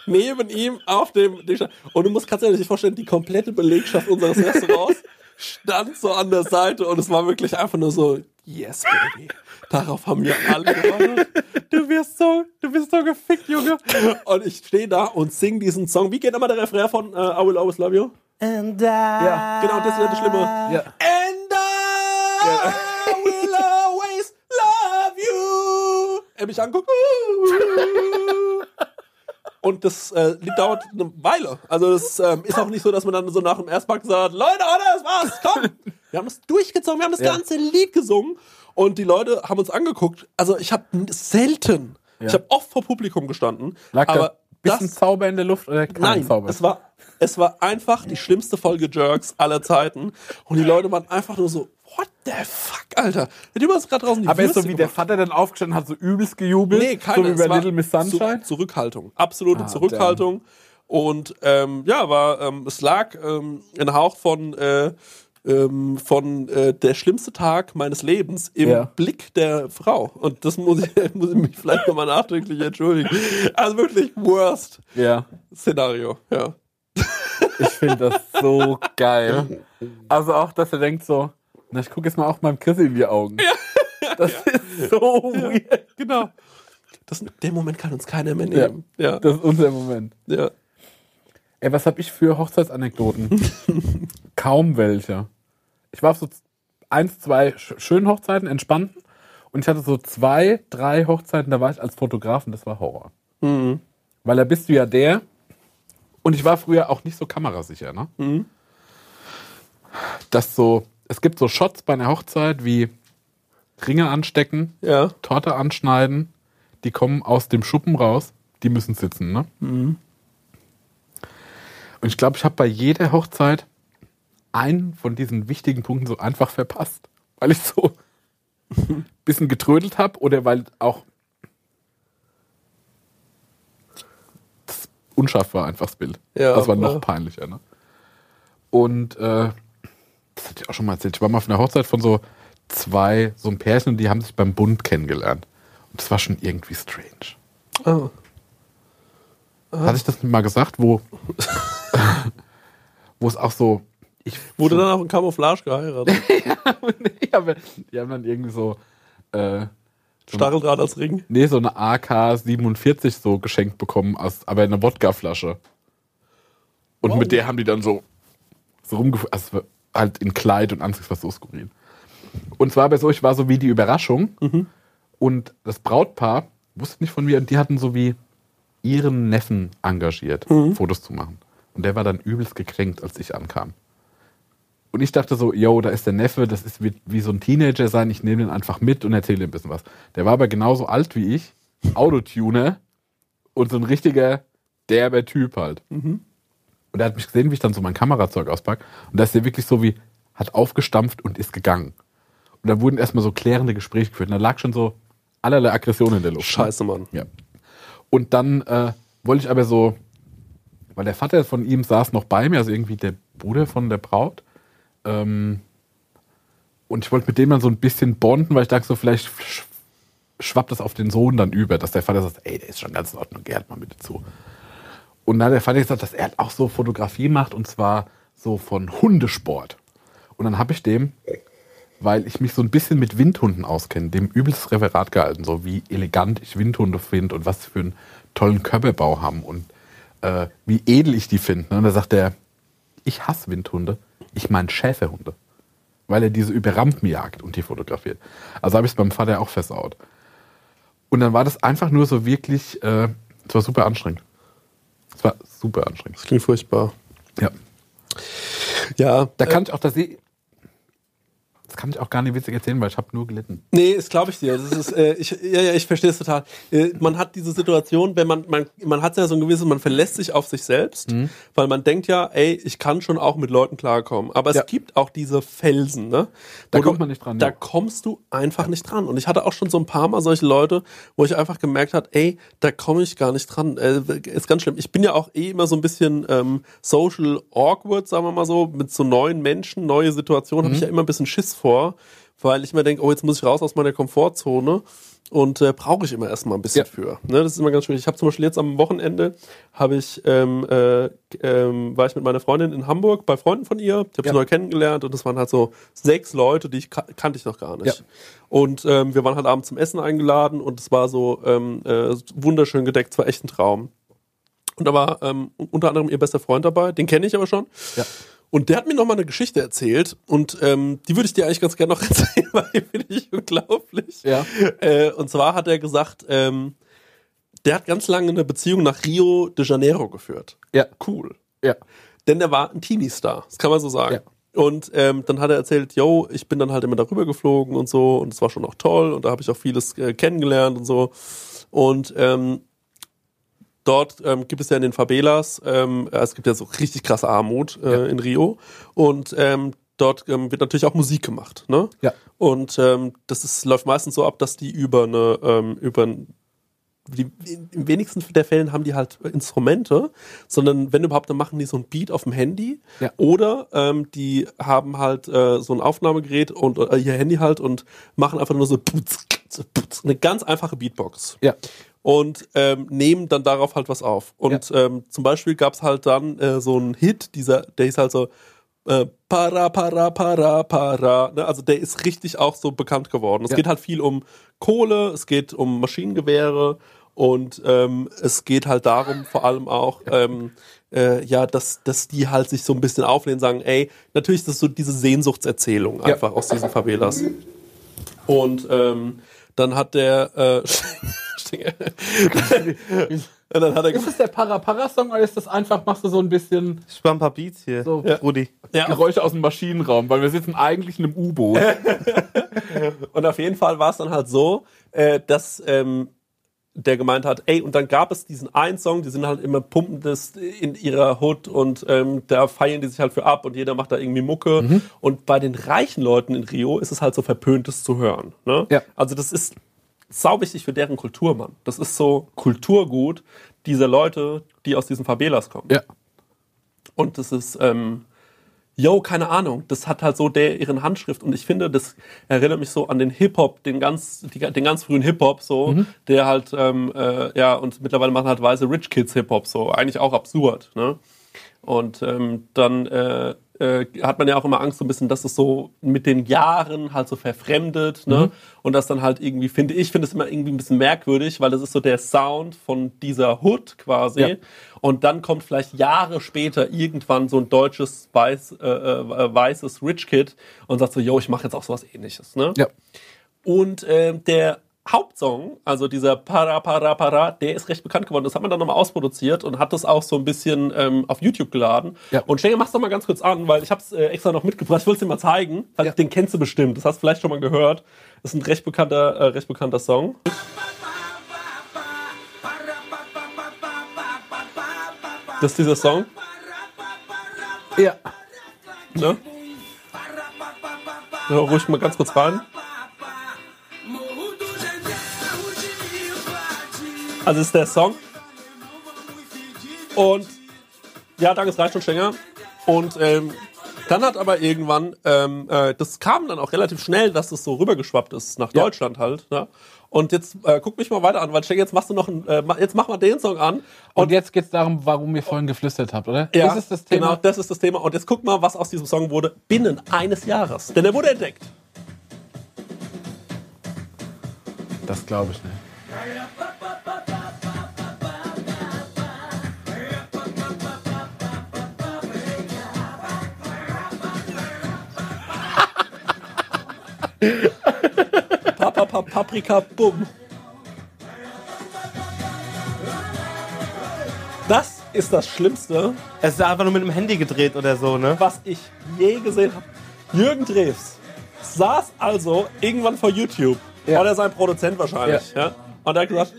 Neben ihm auf dem Ding stand. Und du musst kannst dir natürlich vorstellen, die komplette Belegschaft unseres Restaurants stand so an der Seite und es war wirklich einfach nur so, yes, baby. Darauf haben wir alle gewartet.
Du wirst so, du bist so gefickt, Junge.
Und ich stehe da und singe diesen Song. Wie geht nochmal der Refrain von äh, I Will Always Love You?
Ja.
Genau, das wäre das Schlimme.
ja.
And I will always love you. Er mich anguckt. Und das äh, Lied dauert eine Weile. Also es ähm, ist auch nicht so, dass man dann so nach dem Erstpack sagt, Leute, das war's, komm. Wir haben das durchgezogen, wir haben das
Ja.
ganze Lied gesungen. Und die Leute haben uns angeguckt. Also ich habe selten, ich habe oft vor Publikum gestanden.
Lag da
aber
ein bisschen
das-
Zauber in der Luft oder kein
Nein,
Zauber?
es war, es war einfach die schlimmste Folge Jerks aller Zeiten. Und die Leute waren einfach nur so, what the fuck, Alter? Der Typ hat gerade draußen die
aber ist so
Würste
wie der
gemacht.
Vater dann aufgestanden hat, so übelst gejubelt?
Nee, keine.
So wie
es
bei
war
Little Miss Sunshine? Ah,
Zu, Zurückhaltung. Absolute Zurückhaltung. Und ähm, ja, war, ähm, es lag ähm, ein Hauch von, äh, ähm, von äh, der schlimmste Tag meines Lebens im
Ja.
Blick der Frau. Und das muss ich, muss ich mich vielleicht nochmal nachdenklich entschuldigen. Also wirklich worst
Ja.
Szenario, ja.
Ich finde das so geil. Also auch, dass er denkt so, na, ich gucke jetzt mal auch meinem Chris in die Augen. Das ist so weird.
Genau. Das, den Moment kann uns keiner mehr nehmen. Ja.
Das ist unser Moment.
Ja.
Ey, was habe ich für Hochzeitsanekdoten? Kaum welche. Ich war auf so z- eins, zwei sch schönen Hochzeiten, entspannten. Und ich hatte so zwei, drei Hochzeiten, da war ich als Fotografen, das war Horror.
Mhm,
Weil da bist du ja der. Und ich war früher auch nicht so kamerasicher, ne?
mhm.
Dass so, es gibt so Shots bei einer Hochzeit wie Ringe anstecken,
Ja.
Torte anschneiden, die kommen aus dem Schuppen raus, die müssen sitzen, ne? Und ich glaube, ich habe bei jeder Hochzeit einen von diesen wichtigen Punkten so einfach verpasst, weil ich so ein bisschen getrödelt habe oder weil auch das unscharf war einfach das Bild.
Ja,
das war
klar.
noch peinlicher. Ne? Und äh, das hatte ich auch schon mal erzählt. Ich war mal auf einer Hochzeit von so zwei, so ein Pärchen und die haben sich beim Bund kennengelernt. Und das war schon irgendwie strange.
Ah.
Hatte ich das nicht mal gesagt, wo, wo es auch so. Ich
Wurde dann auch in Camouflage geheiratet.
ja, aber die haben dann irgendwie so äh,
Stacheldraht als Ring.
Nee, so eine AK-47 so geschenkt bekommen, aus, aber in einer Wodkaflasche. Und mit der haben die dann so, so rumgeführt. Also es war halt in Kleid und Anzug, es war so skurril. Und zwar bei so, ich war so wie die Überraschung. Und das Brautpaar wusste nicht von mir und die hatten so wie ihren Neffen engagiert, Fotos zu machen. Und der war dann übelst gekränkt, als ich ankam. Und ich dachte so, yo, da ist der Neffe, das ist wie, wie so ein Teenager sein, ich nehme den einfach mit und erzähle ihm ein bisschen was. Der war aber genauso alt wie ich, Autotuner und so ein richtiger derber Typ halt. Und er hat mich gesehen, wie ich dann so mein Kamerazeug auspack. Und da ist der wirklich so wie, hat aufgestampft und ist gegangen. Und da wurden erstmal so klärende Gespräche geführt. Und da lag schon so allerlei Aggression in der Luft.
Scheiße, Mann.
Ja. Und dann äh, wollte ich aber so, weil der Vater von ihm saß noch bei mir, also irgendwie der Bruder von der Braut. Ähm, und ich wollte mit dem dann so ein bisschen bonden, weil ich dachte so, vielleicht sch schwappt das auf den Sohn dann über, dass der Vater sagt, ey, der ist schon ganz in Ordnung, geh halt mal mit dazu. Und dann hat der Vater gesagt, dass er halt auch so Fotografie macht und zwar so von Hundesport. Und dann habe ich dem, weil ich mich so ein bisschen mit Windhunden auskenne, dem übelstes Referat gehalten, so wie elegant ich Windhunde finde und was sie für einen tollen Körperbau haben und äh, wie edel ich die finde. ne? Und da sagt er, ich hasse Windhunde, ich meine Schäferhunde. Weil er diese über Rampen jagt und die fotografiert. Also habe ich es beim Vater auch versaut. Und dann war das einfach nur so wirklich, äh, es war super anstrengend. Es war super anstrengend.
Das klingt furchtbar.
Ja.
Ja.
Da kann ich auch, das, das kann ich auch gar nicht witzig erzählen, weil ich habe nur gelitten.
Nee, das glaube ich dir. Das ist, äh, ich, ja, ja, ich verstehe es total. Äh, man hat diese Situation, wenn man, man, man hat ja so ein gewisses, man verlässt sich auf sich selbst, weil man denkt ja, ey, ich kann schon auch mit Leuten klarkommen. Aber es
Ja.
gibt auch diese Felsen, ne?
Da
Wo
kommt
du-
man nicht dran,
Da
ja.
kommst du einfach nicht dran. Und ich hatte auch schon so ein paar Mal solche Leute, wo ich einfach gemerkt habe, ey, da komme ich gar nicht dran. Äh, ist ganz schlimm. Ich bin ja auch eh immer so ein bisschen ähm, social awkward, sagen wir mal so, mit so neuen Menschen, neue Situationen,
Mhm.
habe ich ja immer ein bisschen Schiss vor, weil ich immer denke, oh, jetzt muss ich raus aus meiner Komfortzone. Und äh, brauche ich immer erstmal ein bisschen
Ja.
für. Ne, das ist immer ganz schwierig. Ich habe zum Beispiel jetzt am Wochenende habe ich ähm, äh, ähm, war ich mit meiner Freundin in Hamburg bei Freunden von ihr. Ich habe sie
Ja.
neu kennengelernt und das waren halt so sechs Leute, die ich ka kannte ich noch gar nicht.
Ja.
Und ähm, wir waren halt abends zum Essen eingeladen und es war so ähm, äh, wunderschön gedeckt, es war echt ein Traum. Und da war ähm, unter anderem ihr bester Freund dabei, den kenne ich aber schon.
Ja.
Und der hat mir nochmal eine Geschichte erzählt und ähm, die würde ich dir eigentlich ganz gerne noch erzählen, weil die finde ich unglaublich.
Ja.
Äh, und zwar hat er gesagt, ähm, der hat ganz lange eine Beziehung nach Rio de Janeiro geführt.
Ja.
Cool.
Ja.
Denn der war ein Teenie-Star, das kann man so sagen.
Ja.
Und ähm, dann hat er erzählt, yo, ich bin dann halt immer darüber geflogen und so und es war schon auch toll und da habe ich auch vieles äh, kennengelernt und so. Und ähm, dort ähm, gibt es ja in den Favelas, ähm, äh, es gibt ja so richtig krasse Armut äh, in Rio und ähm, dort ähm, wird natürlich auch Musik gemacht. Ne?
Ja.
Und ähm, das ist, läuft meistens so ab, dass die über eine, ähm, über ein, die, im wenigsten der Fällen haben die halt Instrumente, sondern wenn überhaupt, dann machen die so ein Beat auf dem Handy
Ja.
oder ähm, die haben halt äh, so ein Aufnahmegerät und äh, ihr Handy halt und machen einfach nur so putz, putz, putz, eine ganz einfache Beatbox
Ja.
und ähm, nehmen dann darauf halt was auf. Und ähm, zum Beispiel gab es halt dann äh, so einen Hit, dieser, der hieß halt so äh, para, para, para, para. Ne? Also der ist richtig auch so bekannt geworden. Es
Ja.
geht halt viel um Kohle, es geht um Maschinengewehre und ähm, es geht halt darum, vor allem auch, ähm, äh, ja, dass, dass die halt sich so ein bisschen auflehnen, sagen, ey, natürlich ist das so diese Sehnsuchtserzählung
Ja.
einfach aus diesen Favelas. Und ähm, dann hat der äh, Stinger- Und dann hat er
Ist das der Para-Para-Song oder ist das einfach, machst du so ein bisschen
Ich war ein paar Beats hier.
So.
Ja. Rudi.
ja,
Geräusche aus dem Maschinenraum, weil wir sitzen eigentlich in einem U-Boot.
Und auf jeden Fall war es dann halt so, äh, dass ähm, der gemeint hat, ey, und dann gab es diesen einen Song, die sind halt immer pumpendes in ihrer Hood und ähm, da feiern die sich halt für ab und jeder macht da irgendwie Mucke. Und bei den reichen Leuten in Rio ist es halt so verpöntes zu hören. Ne?
Ja.
Also das ist sau wichtig für deren Kultur, Mann. Das ist so Kulturgut dieser Leute, die aus diesen Favelas kommen.
Ja.
Und das ist, ähm, yo, keine Ahnung, das hat halt so der ihren Handschrift. Und ich finde, das erinnert mich so an den Hip-Hop, den ganz, die, den ganz frühen Hip-Hop, so, der halt, ähm, äh, ja, und mittlerweile machen halt weiße Rich Kids Hip-Hop, so, eigentlich auch absurd, ne? Und ähm, dann äh, äh, hat man ja auch immer Angst so ein bisschen, dass es so mit den Jahren halt so verfremdet,
Mhm.
ne? Und das dann halt irgendwie, finde ich, finde es immer irgendwie ein bisschen merkwürdig, weil das ist so der Sound von dieser Hood quasi.
Ja.
Und dann kommt vielleicht Jahre später irgendwann so ein deutsches weiß, äh, äh, weißes Rich Kid und sagt so, yo, ich mache jetzt auch sowas ähnliches, ne?
Ja.
Und ähm, der Hauptsong, also dieser Para Para Para, der ist recht bekannt geworden. Das hat man dann nochmal ausproduziert und hat das auch so ein bisschen ähm, auf YouTube geladen.
Ja.
Und Stenger, mach's doch mal ganz kurz an, weil ich hab's äh, extra noch mitgebracht. Ich wollte dir mal zeigen. Weil
Ja.
Den kennst du bestimmt. Das hast du vielleicht schon mal gehört. Das ist ein recht bekannter, äh, recht bekannter Song. Das ist dieser Song.
Ja.
Ne? Ja, ruhig mal ganz kurz rein. Also ist der Song. Und ja, danke, es reicht schon, Stenger. Und ähm, dann hat aber irgendwann, ähm, äh, das kam dann auch relativ schnell, dass es so rübergeschwappt ist nach Deutschland halt. Ne? Und jetzt äh, guck mich mal weiter an, weil Stenger, jetzt machst du noch einen, äh, ma- jetzt mach mal den Song an.
Und jetzt geht's darum, warum ihr vorhin geflüstert habt, oder?
Ja,
Das ist das Thema.
Genau, das ist das Thema. Und jetzt guck mal, was aus diesem Song wurde binnen eines Jahres. Denn er wurde entdeckt.
Das glaube ich nicht.
Papa, Papa, Paprika, bumm. Das ist das Schlimmste,
Es ist einfach nur mit dem Handy gedreht oder so, ne?
was ich je gesehen habe. Jürgen Drews saß also irgendwann vor YouTube.
Ja.
Oder sein Produzent wahrscheinlich. Ja. Und er hat gesagt,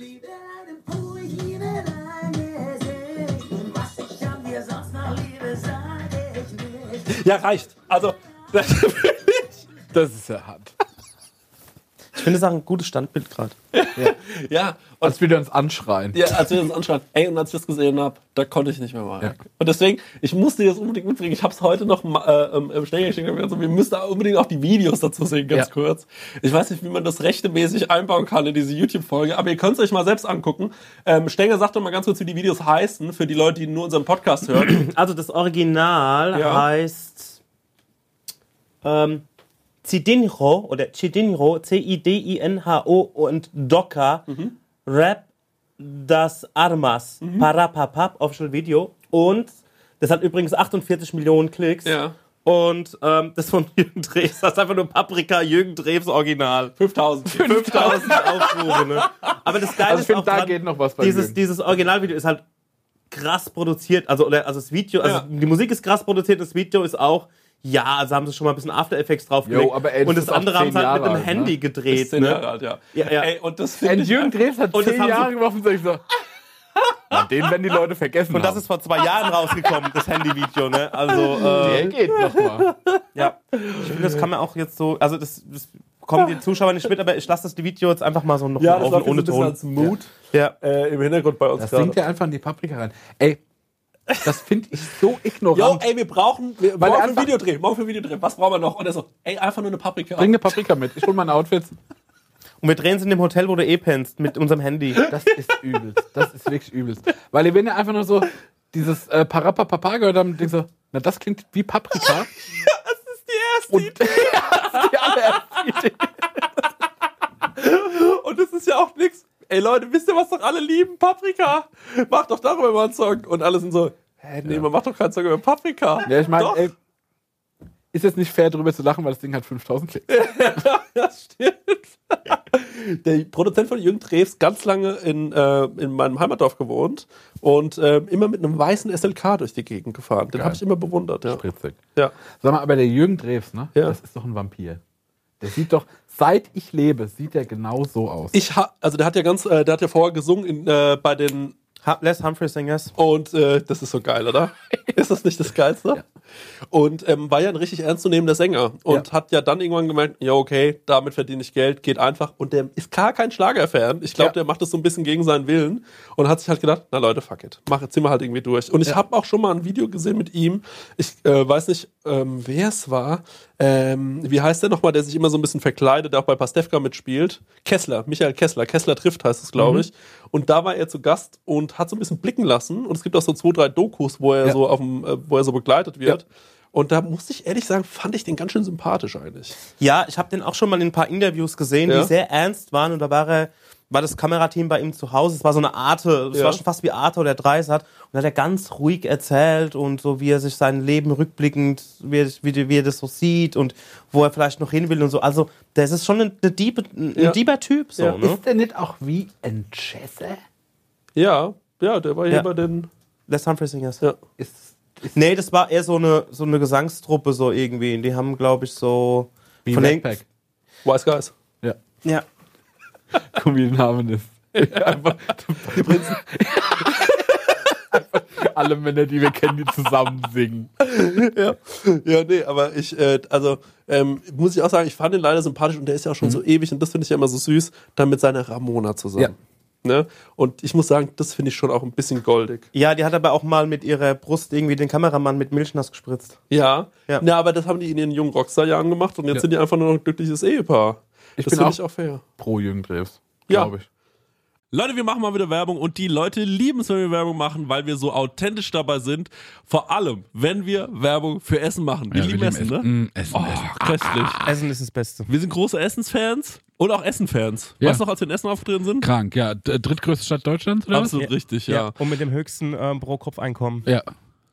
ja, reicht. Also, das
Das ist ja hart.
Ich finde, das ist auch ein gutes Standbild gerade.
ja, und
Als wir uns anschreien.
Ja, als wir uns anschauen, ey, und als ich das gesehen hab, da konnte ich nicht mehr mal.
Ja.
Und deswegen, ich musste das unbedingt mitbringen. Ich hab's heute noch ma- äh, ähm, im Ständer geschickt. hab gesagt, so, Wir müssen da unbedingt auch die Videos dazu sehen, ganz
Ja.
kurz. Ich weiß nicht, wie man das rechtemäßig einbauen kann in diese YouTube-Folge, aber ihr könnt es euch mal selbst angucken. Ähm, Stenger, sagt doch mal ganz kurz, wie die Videos heißen, für die Leute, die nur unseren Podcast hören.
Also das Original
Ja.
heißt ähm, Cidinho oder Cidinho, C-I-D-I-N-H-O und Docker
Mhm.
Rap das Armas Parapapap Official Video und das hat übrigens 48 Millionen Klicks.
Ja.
Und ähm, das von Jürgen Drews, das ist einfach nur Paprika Jürgen Drews Original.
5000.
5000 Aufrufe, ne? Aber das Geile
Also ich
ist auch
finde, da
dran,
geht noch was bei
dieses,
Jürgen.
dieses Originalvideo ist halt krass produziert. Also, oder, also das Video, also
Ja.
die Musik ist krass produziert, das Video ist auch, ja, also haben sie schon mal ein bisschen After Effects draufgelegt.
Jo, aber ey, das
und das
ist auch
andere haben sie
10
halt
Jahre
mit dem
alt,
Handy
ne?
gedreht.
Zehn
Ne?
Jahre alt, ja.
Ja, ja.
Ey, und das
Und
finde ich.
Jürgen Drews hat
Und das
zehn
haben sie-
Jahre gemacht und sag ich so, na, den werden die Leute vergessen
Und
genau.
das
haben.
ist vor zwei Jahren rausgekommen, das Handyvideo, ne? Also, äh,
Der geht noch mal.
ja. Ich finde, das kann man auch jetzt so, also das, das kommen den Zuschauern nicht mit, aber ich lasse das Video jetzt einfach mal so noch
ja, das
laufen,
läuft
ohne
ohne
Ton.
als Mut
Ja.
äh, im Hintergrund bei uns
Das
gerade.
singt ja einfach in die Paprika rein. Ey, das finde ich so
Jo,
ignorant.
ey, wir brauchen, wir,
Weil
morgen
er
für ein
einfach-
Videodreh, morgen für ein Videodreh, was brauchen wir noch? Und er so, ey, einfach nur eine Paprika.
Bring eine Paprika mit. Ich hol mein Outfit.
Und wir drehen es in dem Hotel, wo du eh pennst, mit unserem Handy.
Das ist übelst. Das ist wirklich übelst. Weil wenn ihr einfach nur so dieses äh, Parapapapa gehört habt, denkt so, na das klingt wie Paprika. das ist die erste Und, ja, das ist die allererste.
Und das ist ja auch nix. Ey, Leute, wisst ihr, was doch alle lieben? Paprika. Macht doch darüber mal einen Song. Und alle sind so, hä, nee, man macht doch keinen Song über Paprika.
Ja, ich meine,
Doch.
ey, ist jetzt nicht fair, drüber zu lachen, weil das Ding hat 5000 Klicks.
Das stimmt. Der Produzent von Jürgen Drews ganz lange in, äh, in meinem Heimatdorf gewohnt und äh, immer mit einem weißen SLK durch die Gegend gefahren. Den
Geil.
habe ich immer bewundert, ja.
Spritzig.
ja.
Sag mal, aber der Jürgen Drews, ne?
Ja.
Das ist doch ein Vampir. Der sieht doch, seit ich lebe, sieht er genau so aus.
Ich ha also der hat ja ganz, äh, der hat ja vorher gesungen in, äh, bei den
Ha- Les Humphrey Singers.
Und äh, das ist so geil, oder? ist das nicht das Geilste? Und ähm, war ja ein richtig ernstzunehmender Sänger und
Ja.
hat ja dann irgendwann gemerkt, ja, okay, damit verdiene ich Geld, geht einfach. Und der ist gar kein Schlagerfan. Ich glaube,
Ja.
der macht das so ein bisschen gegen seinen Willen und hat sich halt gedacht, na Leute, fuck it. Mach, ziehen wir halt irgendwie durch. Und ich habe auch schon mal ein Video gesehen mit ihm. Ich äh, weiß nicht, ähm, wer es war. Ähm, wie heißt der nochmal, der sich immer so ein bisschen verkleidet, der auch bei Pastewka mitspielt? Kessler, Michael Kessler. Kessler trifft heißt es, glaube ich. Und da war er zu Gast und hat so ein bisschen blicken lassen. Und es gibt auch so zwei, drei Dokus, wo er
Ja.
so auf dem, äh, wo er so begleitet wird.
Und da muss ich ehrlich sagen, fand ich den ganz schön sympathisch eigentlich.
Ja, ich habe den auch schon mal in ein paar Interviews gesehen,
Ja.
die sehr ernst waren und da war er war das Kamerateam bei ihm zu Hause. Es war so eine Arte, es
Ja.
war schon fast wie Arte oder Dreisat. Und da hat er ganz ruhig erzählt und so, wie er sich sein Leben rückblickend, wie er, wie, die- wie er das so sieht und wo er vielleicht noch hin will und so. Also, das ist schon ein, ein, diebe, ein
Ja.
dieber Typ, so,
Ja.
ne?
Ist der nicht auch wie ein Chesser?
Ja, ja, der war hier
Ja.
bei den.
Les Humphrey Singers.
Ja.
Ist
Nee, das war eher so eine, so eine Gesangstruppe, so irgendwie. Die haben, glaube ich, so.
wie
von den-
Redback.
Wise Guys.
Ja.
Ja.
Guck, wie den Namen ist. Einfach, die Prinzen. Einfach alle Männer, die wir kennen, die zusammen singen.
ja. ja, nee, aber ich, äh, also ähm, muss ich auch sagen, ich fand ihn leider sympathisch und der ist ja auch
Mhm.
schon so ewig und das finde ich ja immer so süß, dann mit seiner Ramona zusammen. Ne? Und ich muss sagen, das finde ich schon auch ein bisschen goldig.
Ja, die hat aber auch mal mit ihrer Brust irgendwie den Kameramann mit Milchnass gespritzt.
Ja.
Ja.
Na, aber das haben die in ihren jungen Rockstar-Jahren gemacht und jetzt
Ja.
sind die einfach nur noch ein glückliches Ehepaar.
Ich
das
bin
finde
auch-
ich auch fair.
Pro Jürgen Drews,
Ja.
glaube ich.
Leute, wir machen mal wieder Werbung und die Leute lieben es, wenn wir Werbung machen, weil wir so authentisch dabei sind. Vor allem, wenn wir Werbung für Essen machen. Wir lieben Essen, ne?
Mm, Essen,
Oh,
Essen.
köstlich.
Essen ist das Beste.
Wir sind große Essensfans und auch Essen-Fans.
Ja.
Weißt du noch, als wir in Essen aufgetreten sind?
Krank, ja. D- Drittgrößte Stadt Deutschlands, oder? was?
Absolut richtig, ja.
Und mit dem höchsten ähm, Pro-Kopf-Einkommen.
Ja.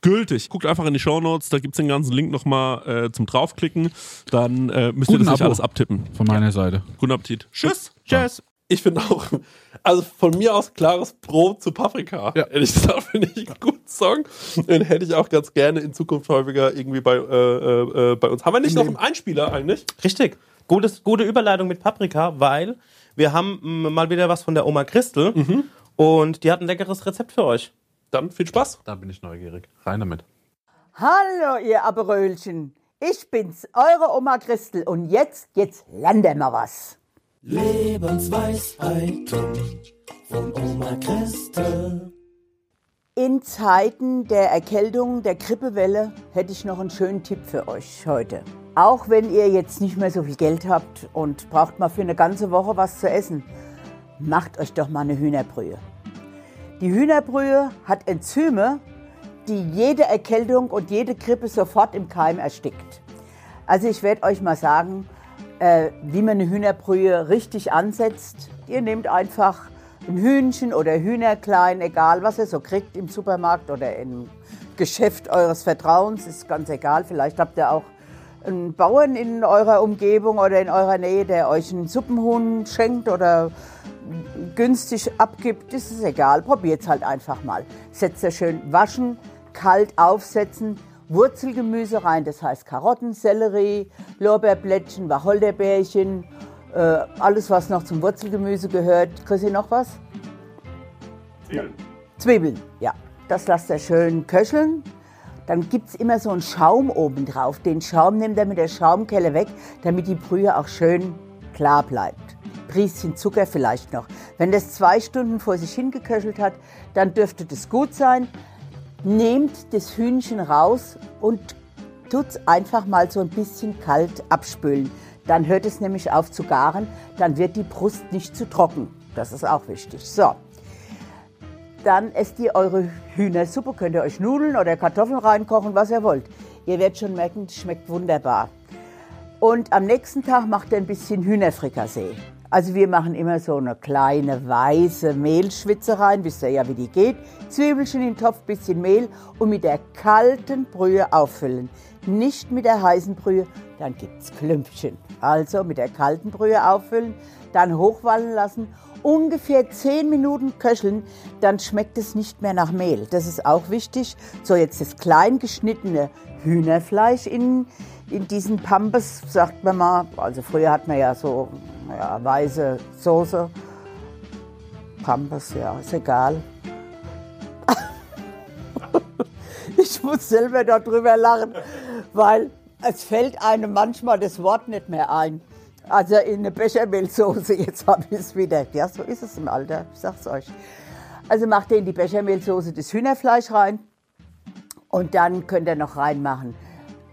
gültig. Guckt einfach in die Shownotes, da gibt's den ganzen Link nochmal äh, zum draufklicken. Dann äh, müsst ihr
Guten
das nicht
Abo.
alles abtippen.
Von meiner Seite.
Guten Appetit. Tschüss.
Tschüss.
Ich finde auch, also von mir aus klares Pro zu Paprika.
Ja.
Ehrlich gesagt, finde ich einen guten Song. Den hätte ich auch ganz gerne in Zukunft häufiger irgendwie bei, äh, äh, äh, bei uns. Haben wir nicht noch einen Einspieler eigentlich?
Richtig. Gutes, gute Überleitung mit Paprika, weil wir haben m, mal wieder was von der Oma Christel und die hat ein leckeres Rezept für euch.
Dann viel Spaß.
Da bin ich neugierig. Rein damit.
Hallo, ihr Aperölchen. Ich bin's, eure Oma Christel. Und jetzt, jetzt lande mal was. In Zeiten der Erkältung, der Grippewelle, hätte ich noch einen schönen Tipp für euch heute. Auch wenn ihr jetzt nicht mehr so viel Geld habt und braucht mal für eine ganze Woche was zu essen, macht euch doch mal eine Hühnerbrühe. Die Hühnerbrühe hat Enzyme, die jede Erkältung und jede Grippe sofort im Keim erstickt. Also ich werde euch mal sagen, äh, wie man eine Hühnerbrühe richtig ansetzt. Ihr nehmt einfach ein Hühnchen oder Hühnerklein, egal was ihr so kriegt im Supermarkt oder im Geschäft eures Vertrauens, ist ganz egal. Vielleicht habt ihr auch einen Bauern in eurer Umgebung oder in eurer Nähe, der euch einen Suppenhuhn schenkt oder günstig abgibt, ist es egal. Probiert's halt einfach mal. Setzt ihr schön waschen, kalt aufsetzen, Wurzelgemüse rein, das heißt Karotten, Sellerie, Lorbeerblättchen, Wacholderbeerchen, äh, alles was noch zum Wurzelgemüse gehört. Chrissy, noch was? Zwiebeln, ja. Das lasst ihr schön köcheln. Dann gibt es immer so einen Schaum oben drauf. Den Schaum nimmt er mit der Schaumkelle weg, damit die Brühe auch schön klar bleibt. Prieschen Zucker vielleicht noch. Wenn das zwei Stunden vor sich hingeköchelt hat, dann dürfte das gut sein. Nehmt das Hühnchen raus und tut's einfach mal so ein bisschen kalt abspülen. Dann hört es nämlich auf zu garen, dann wird die Brust nicht zu trocken. Das ist auch wichtig. So, dann esst ihr eure Hühnersuppe. Könnt ihr euch Nudeln oder Kartoffeln reinkochen, was ihr wollt. Ihr werdet schon merken, es schmeckt wunderbar. Und am nächsten Tag macht ihr ein bisschen Hühnerfrikassee. Also wir machen immer so eine kleine weiße Mehlschwitze rein, wisst ihr ja, wie die geht. Zwiebelchen in den Topf, bisschen Mehl und mit der kalten Brühe auffüllen. Nicht mit der heißen Brühe, dann gibt's Klümpchen. Also mit der kalten Brühe auffüllen, dann hochwallen lassen, ungefähr 10 Minuten köcheln, dann schmeckt es nicht mehr nach Mehl. Das ist auch wichtig. So, jetzt das klein geschnittene Hühnerfleisch in, in diesen Pampes, sagt man mal. Also früher hat man ja so ja, weiße Soße. Pampes, ja, ist egal. Ich muss selber darüber lachen, weil es fällt einem manchmal das Wort nicht mehr ein. Also in eine Bechermehlsoße, jetzt habe ich es wieder. Ja, so ist es im Alter, ich sag's euch. Also macht ihr in die Bechermehlsoße das Hühnerfleisch rein und dann könnt ihr noch reinmachen.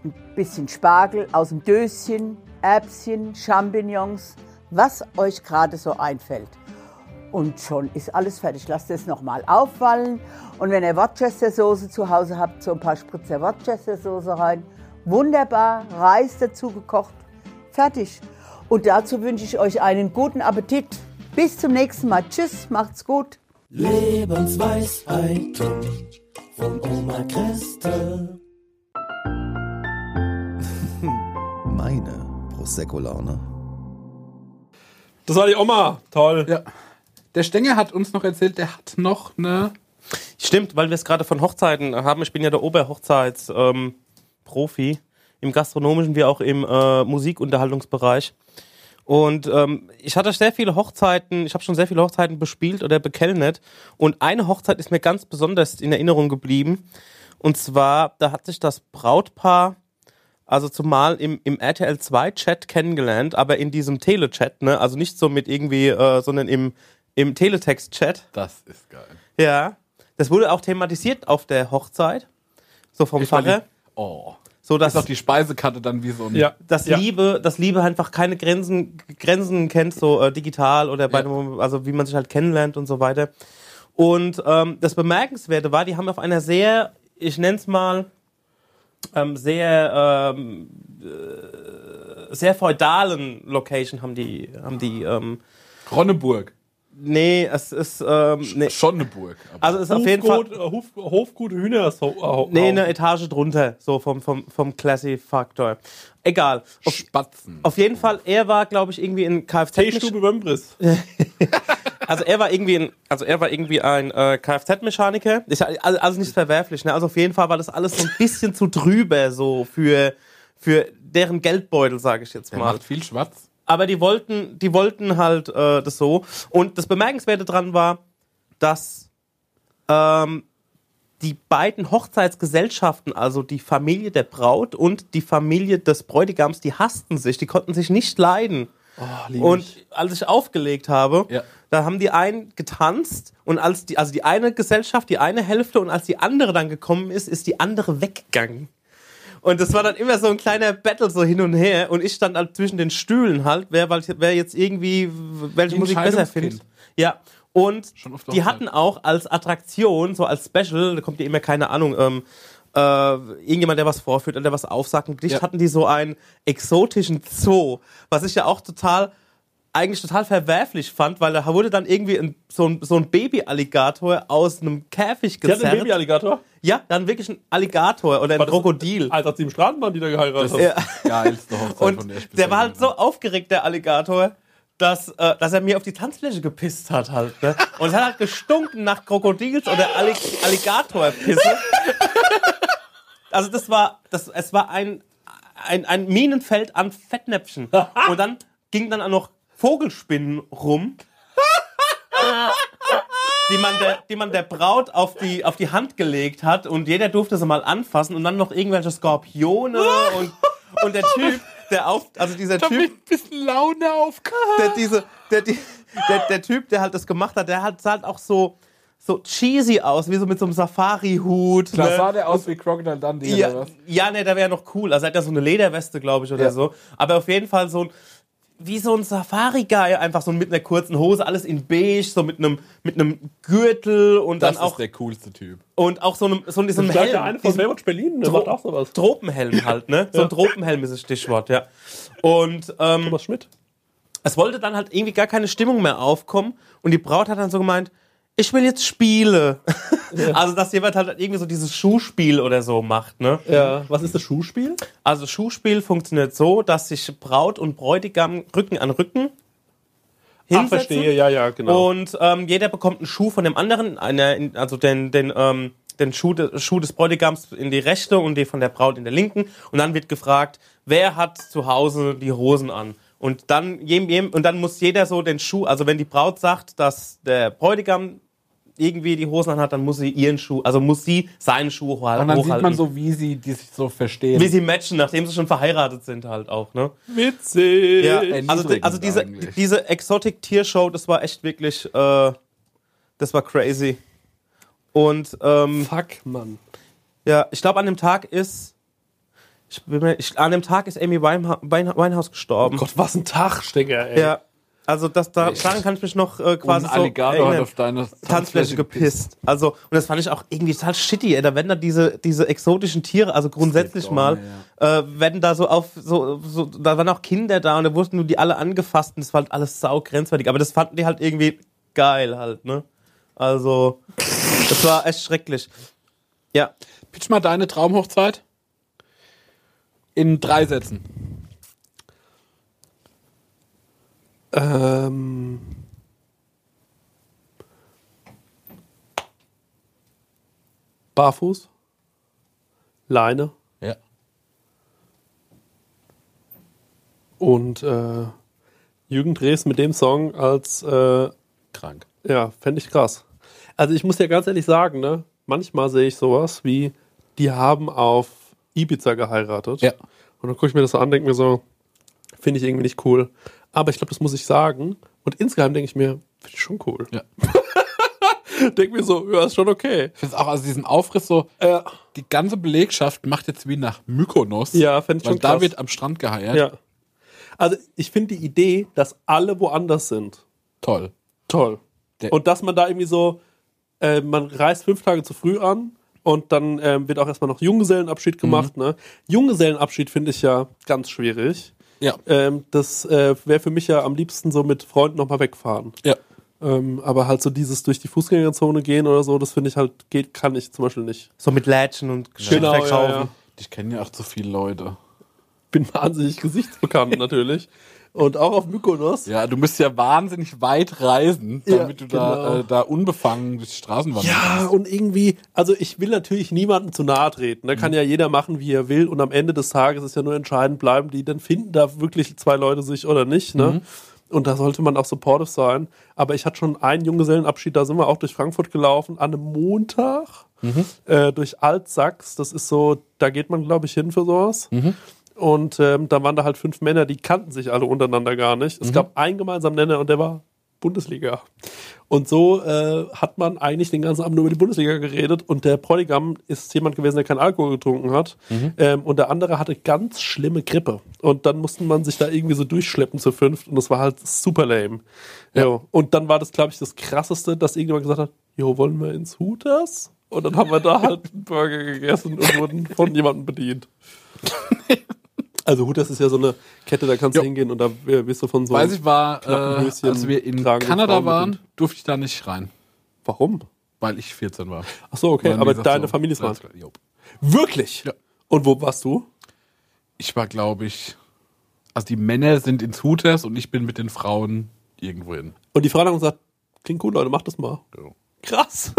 Ein bisschen Spargel aus dem Döschen, Erbschen, Champignons, was euch gerade so einfällt. Und schon ist alles fertig. Lasst es nochmal aufwallen. Und wenn ihr Worcester-Soße zu Hause habt, so ein paar Spritzer Worcester-Soße rein. Wunderbar, Reis dazu gekocht. Fertig. Und dazu wünsche ich euch einen guten Appetit. Bis zum nächsten Mal. Tschüss, macht's gut.
Meine Prosecco-Laune.
Das war die Oma. Toll.
Ja. Der Stenger hat uns noch erzählt, der hat noch eine.
Stimmt, weil wir es gerade von Hochzeiten haben. Ich bin ja der Oberhochzeitsprofi. Ähm, Profi. Im gastronomischen wie auch im äh, Musikunterhaltungsbereich. Und ähm, ich hatte sehr viele Hochzeiten, ich habe schon sehr viele Hochzeiten bespielt oder bekellnet. Und eine Hochzeit ist mir ganz besonders in Erinnerung geblieben. Und zwar, da hat sich das Brautpaar, also zumal im, im RTL 2-Chat kennengelernt, aber in diesem Telechat, ne? Also nicht so mit irgendwie, äh, sondern im, im Teletext-Chat.
Das ist geil.
Ja. Das wurde auch thematisiert auf der Hochzeit. So vom Pfarrer.
Oh.
So dass
Ist auch die Speisekarte dann wie so ein.
Ja.
dass Liebe, dass Liebe einfach keine Grenzen, Grenzen kennt, so äh, digital oder bei einem, also wie man sich halt kennenlernt und so weiter. Und ähm, das Bemerkenswerte war, die haben auf einer sehr, ich nenne es mal, ähm, sehr, ähm, äh, sehr feudalen Location haben die, haben die, ähm,
Ronneburg.
nee, es ist, ähm, nee.
Schonneburg. Aber
also es ist auf jeden Fall,
Hofgut, äh, Hof, Hofgut Hühner.
äh,
nee, eine Etage drunter, so vom, vom, vom Classy-Faktor. Egal. Auf,
Spatzen.
Auf jeden Fall, er war, glaube ich, irgendwie in Kfz.
Teestube Mömbris.
Also er war irgendwie ein, also er war irgendwie ein äh, Kfz-Mechaniker. Ist ja all- alles nicht verwerflich. Ne? Also auf jeden Fall war das alles so ein bisschen zu drüber so für für deren Geldbeutel, sage ich jetzt
Der
mal.
macht viel Schwarz.
Aber die wollten, die wollten halt äh, das so. Und das Bemerkenswerte dran war, dass ähm, die beiden Hochzeitsgesellschaften, also die Familie der Braut und die Familie des Bräutigams, die hassten sich, die konnten sich nicht leiden. und als ich aufgelegt habe,
Ja.
da haben die einen getanzt und als die, also die eine Gesellschaft, die eine Hälfte und als die andere dann gekommen ist, ist die andere weggegangen. Und das war dann immer so ein kleiner Battle so hin und her und ich stand halt zwischen den Stühlen halt, wer, wer jetzt irgendwie welche
Ein
Musik besser findet.
Entscheidungskind.
Ja. Und
Schon oft
die
auch
hatten auch als Attraktion, so als Special, da kommt ja immer keine Ahnung, ähm, äh, irgendjemand, der was vorführt oder der was aufsagt, und Gedicht
Ja.
hatten die so einen exotischen Zoo, was ich ja auch total eigentlich total verwerflich fand, weil da wurde dann irgendwie ein, so ein, so ein Baby-Alligator aus einem Käfig
Die hat einen
gezerrt.
Babyalligator.
Ja, dann wirklich ein Alligator oder ein
War das-
Krokodil.
Alter, sieben Straßenbahn, die da geheiratet hat.
Ja.
Geilste Hochzeit von
Und
der ich bisher
der war halt
gesehen
so aufgeregt, der Alligator, dass, äh, dass er mir auf die Tanzfläche gepisst hat halt. Ne? Und es hat halt gestunken nach Krokodils- oder Alli Alligatorpisse. Also das war, das, es war ein, ein, ein Minenfeld an Fettnäpfchen. Und dann ging dann auch noch Vogelspinnen rum, die man der, die man der Braut auf die, auf die Hand gelegt hat und jeder durfte sie mal anfassen und dann noch irgendwelche Skorpione und, und der Typ, der auf, also dieser
habe.
Typ,
Ich hab ein bisschen Laune aufgehabt.
der, diese, der, die- der, der Typ, der halt das gemacht hat, der hat sah halt auch so, so cheesy aus, wie so mit so einem Safari-Hut.
Da
ne?
sah der aus wie Crocodile Dundee oder
Ja,
was?
ja ne, da wäre noch cool. Also er hat ja so eine Lederweste, glaube ich, oder
Ja.
so. Aber auf jeden Fall so ein, wie so ein Safari-Guy, einfach so mit einer kurzen Hose, alles in beige, so mit einem, mit einem Gürtel und
Das
dann auch,
ist der coolste Typ.
und auch so einem, so einem, so einem
Vielleicht der eine
Helm.
von
Diesem
Baywatch Berlin, der macht auch sowas.
Tropenhelm halt, ne? So ein Tropenhelm ist das Stichwort, ja. Und, ähm,
Thomas Schmidt.
es wollte dann halt irgendwie gar keine Stimmung mehr aufkommen und die Braut hat dann so gemeint, ich will jetzt Spiele. Also, dass jemand halt irgendwie so dieses Schuhspiel oder so macht, ne?
Ja. Was ist das Schuhspiel?
Also, Schuhspiel funktioniert so, dass sich Braut und Bräutigam Rücken an Rücken
Ah,
hinsetzen.
ja, ja, genau.
genau.
Und ähm, jeder bekommt einen Schuh von dem anderen, einer, in- also den, den, ähm, den Schuh, de, Schuh des Bräutigams in die rechte und den von der Braut in der linken. Und dann wird gefragt, wer hat zu Hause die Hosen an? Und dann, jedem, jedem, und dann muss jeder so den Schuh, also wenn die Braut sagt, dass der Bräutigam irgendwie die Hosen anhat, dann muss sie ihren Schuh, also muss sie seinen Schuh hoch-
Und
hochhalten.
dann sieht man so, wie sie die sich so verstehen.
wie sie matchen, nachdem sie schon verheiratet sind halt auch, ne?
Witzig.
Ja,
erniedrigend
also, die- also diese,
eigentlich.
diese Exotic Tier Show, das war echt wirklich, äh, das war crazy. Und ähm,
Fuck, Mann.
ja, ich glaube an dem Tag ist, ich bin mir, ich, an dem Tag ist Amy Wineha- Wine- Winehouse gestorben.
Oh Gott, was ein Tag, Digga, ey.
ja, also das da daran kann ich mich noch äh,
Und
quasi
ein
so
Alligator hat
erinnern.
auf deine
Tanzfläche gepisst. Also, und das fand ich auch irgendwie total shitty, ey. Da werden da diese, diese exotischen Tiere, also grundsätzlich
doch,
mal, äh, werden da so auf, so, so, da waren auch Kinder da und da wurden nur die alle angefasst und das war halt alles sau grenzwertig. Aber das fanden die halt irgendwie geil halt, ne? Also, das war echt schrecklich. Ja,
Pitch mal deine Traumhochzeit. In drei Sätzen.
Ähm. Barfuß. Leine.
Ja.
Und äh, Jürgen Drees mit dem Song als, äh,
Krank.
ja, fände ich krass. Also ich muss ja ganz ehrlich sagen, ne, manchmal sehe ich sowas wie, die haben auf Ibiza geheiratet.
Ja.
Und dann gucke ich mir das so an, denke mir so, finde ich irgendwie nicht cool. Aber ich glaube, das muss ich sagen. Und insgeheim denke ich mir, finde ich schon cool.
Ja.
denke mir so, ja, ist schon okay.
Ich finde auch, also diesen Aufriss so, die ganze Belegschaft macht jetzt wie nach Mykonos.
Ja, fänd ich
Weil
schon
da
krass.
wird am Strand geheiert.
Ja. Also ich finde die Idee, dass alle woanders sind,
Toll.
toll.
Der-
Und dass man da irgendwie so, äh, man reist fünf Tage zu früh an und dann ähm, wird auch erstmal noch Junggesellenabschied gemacht. Ne? Junggesellenabschied finde ich ja ganz schwierig.
Ja.
Ähm, das äh, wäre für mich ja am liebsten so mit Freunden nochmal wegfahren.
Ja.
Ähm, aber halt so dieses durch die Fußgängerzone gehen oder so, das finde ich halt, geht, kann ich zum Beispiel nicht.
so mit Lätschen und Geschenk
Genau, ja,
verkaufen.
ja.
Ich kenne ja auch zu viele Leute.
Bin wahnsinnig gesichtsbekannt natürlich. Und auch auf Mykonos.
Ja, du musst ja wahnsinnig weit reisen,
Ja,
damit du da,
genau.
äh, da unbefangen durch die Straßen wandelst.
Ja, und irgendwie, also ich will natürlich niemandem zu nahe treten. Da kann ja jeder machen, wie er will. Und am Ende des Tages ist ja nur entscheidend, bleiben die, dann finden da wirklich zwei Leute sich oder nicht. Ne? Und da sollte man auch supportive sein. Aber ich hatte schon einen Junggesellenabschied, da sind wir auch durch Frankfurt gelaufen, an einem Montag. äh, durch Altsachs. Das ist so, da geht man, glaube ich, hin für sowas. Und ähm, da waren da halt fünf Männer, die kannten sich alle untereinander gar nicht. Es gab einen gemeinsamen Nenner und der war Bundesliga. Und so äh, hat man eigentlich den ganzen Abend nur über die Bundesliga geredet und der Polygam ist jemand gewesen, der keinen Alkohol getrunken hat
Mhm.
ähm, und der andere hatte ganz schlimme Grippe. Und dann mussten man sich da irgendwie so durchschleppen zu fünft und das war halt super lame. Jo. Und dann war das, glaube ich, das Krasseste, dass irgendjemand gesagt hat, jo, wollen wir ins Hooters? Und dann haben wir da halt einen Burger gegessen und wurden von jemandem bedient. Also Hooters ist ja so eine Kette, da kannst du
Jo.
hingehen und da äh, wirst du von so
Weiß ich war,
knappen
äh,
Höschen
als wir in
tragende
Kanada
Frauen
waren,
bedient.
durfte ich da nicht rein,
Warum?
weil ich 14 war.
Ach so, okay,
Weil mir
aber
gesagt,
deine
so,
Familie ist
alles
mal.
klar, jo.
Wirklich?
Ja.
Und wo warst du?
Ich war, glaube ich, also die Männer sind ins Hooters und ich bin mit den Frauen irgendwo hin.
Und die Frau hat gesagt, klingt cool, Leute, macht das mal.
Jo.
Krass.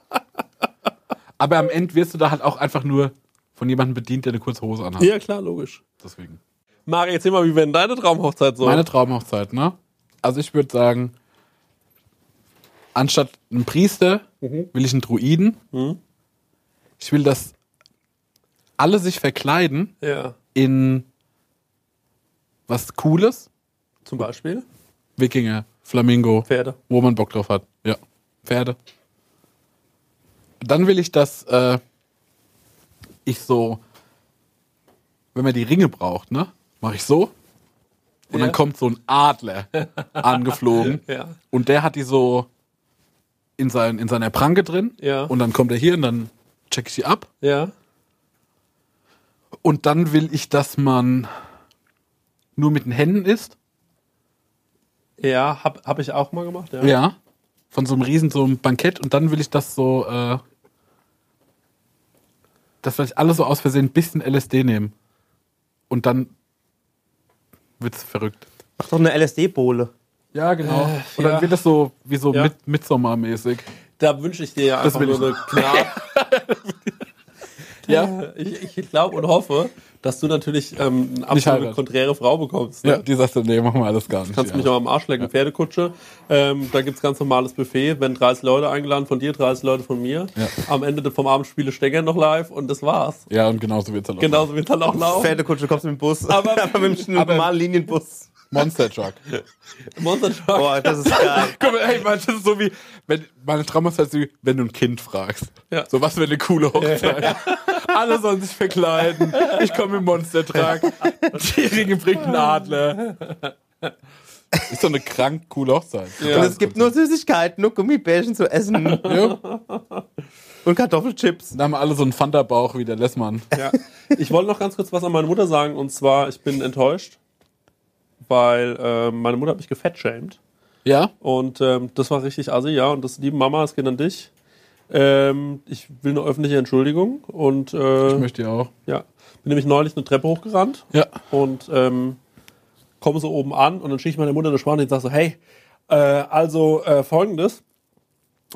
Aber am Ende wirst du da halt auch einfach nur von jemandem bedient, der eine kurze Hose anhat.
Ja, klar, logisch.
Deswegen.
Mari, erzähl mal, wie wäre denn deine Traumhochzeit so?
Meine Traumhochzeit, ne? Also ich würde sagen, anstatt einem Priester
Mhm.
will ich einen Druiden. Ich will, dass alle sich verkleiden
ja,
in was Cooles.
zum Beispiel
Wikinger, Flamingo,
Pferde.
wo man Bock drauf hat. Ja, Pferde. Dann will ich, dass äh, ich so, wenn man die Ringe braucht, ne, mache ich so.
Ja.
Und dann kommt so ein Adler angeflogen.
Ja.
Und der hat die so in, sein, in seiner Pranke drin.
Ja.
Und dann kommt er hier und dann check ich sie ab.
Ja.
Und dann will ich, dass man nur mit den Händen isst.
Ja, hab, hab ich auch mal gemacht, ja.
Ja. Von so einem riesen so einem Bankett und dann will ich das so, äh, dass vielleicht alle so aus Versehen ein bisschen LSD nehmen. Und dann wird's verrückt.
Mach doch eine LSD-Bohle.
Ja, genau. und dann
ja.
wird das so wie so
Ja.
mit Midsommar-mäßig.
Da wünsche ich dir ja
Das
einfach
will
nur eine klar. ja, ich, ich glaube und hoffe, dass du natürlich ähm, eine absolute
heiraten.
konträre Frau bekommst. Ne?
die sagt dann, nee, machen wir alles gar nicht.
Kannst mich auch am Arsch lecken, Pferdekutsche. Ähm, da gibt's ganz normales Buffet. Wenn 30 Leute eingeladen von dir, 30 Leute von mir.
Ja.
Am Ende vom Abend spiele Stenger noch live und das war's.
ja, und genauso wird's dann auch.
Genauso wird dann auch laufen.
Pferdekutsche, kommst mit dem Bus.
Genau. Aber-
Einfach mit einem
aber-
normalen Linienbus.
Monster Truck.
Monster Truck.
Boah, das ist geil.
Guck mal, ey, Mann, das ist so wie, wenn, meine Trauma ist halt so wie, wenn du ein Kind fragst.
Ja.
So, was für eine coole Hochzeit. Alle sollen sich verkleiden. Ich komme im Monstertrag. Die Ringe bringt einen Adler. Ist doch eine krank coole Hochzeit.
Und es gibt nur Süßigkeiten, nur Gummibärchen zu essen
Ja.
und Kartoffelchips.
Da haben alle so einen Fanta-Bauch wie der Lessmann.
Ja. Ich wollte noch ganz kurz was an meine Mutter sagen und zwar, ich bin enttäuscht, weil ähm, meine Mutter hat mich gefettshamed.
Ja?
Und ähm, das war richtig assi, ja. Und das, liebe Mama, es geht an dich. Ähm, ich will eine öffentliche Entschuldigung und
Ich
äh,
möchte ja auch.
ja, bin nämlich neulich eine Treppe hochgerannt
Ja.
und ähm, komme so oben an und dann schicke ich meiner Mutter eine Sprache und sage so, hey, äh, also äh, folgendes,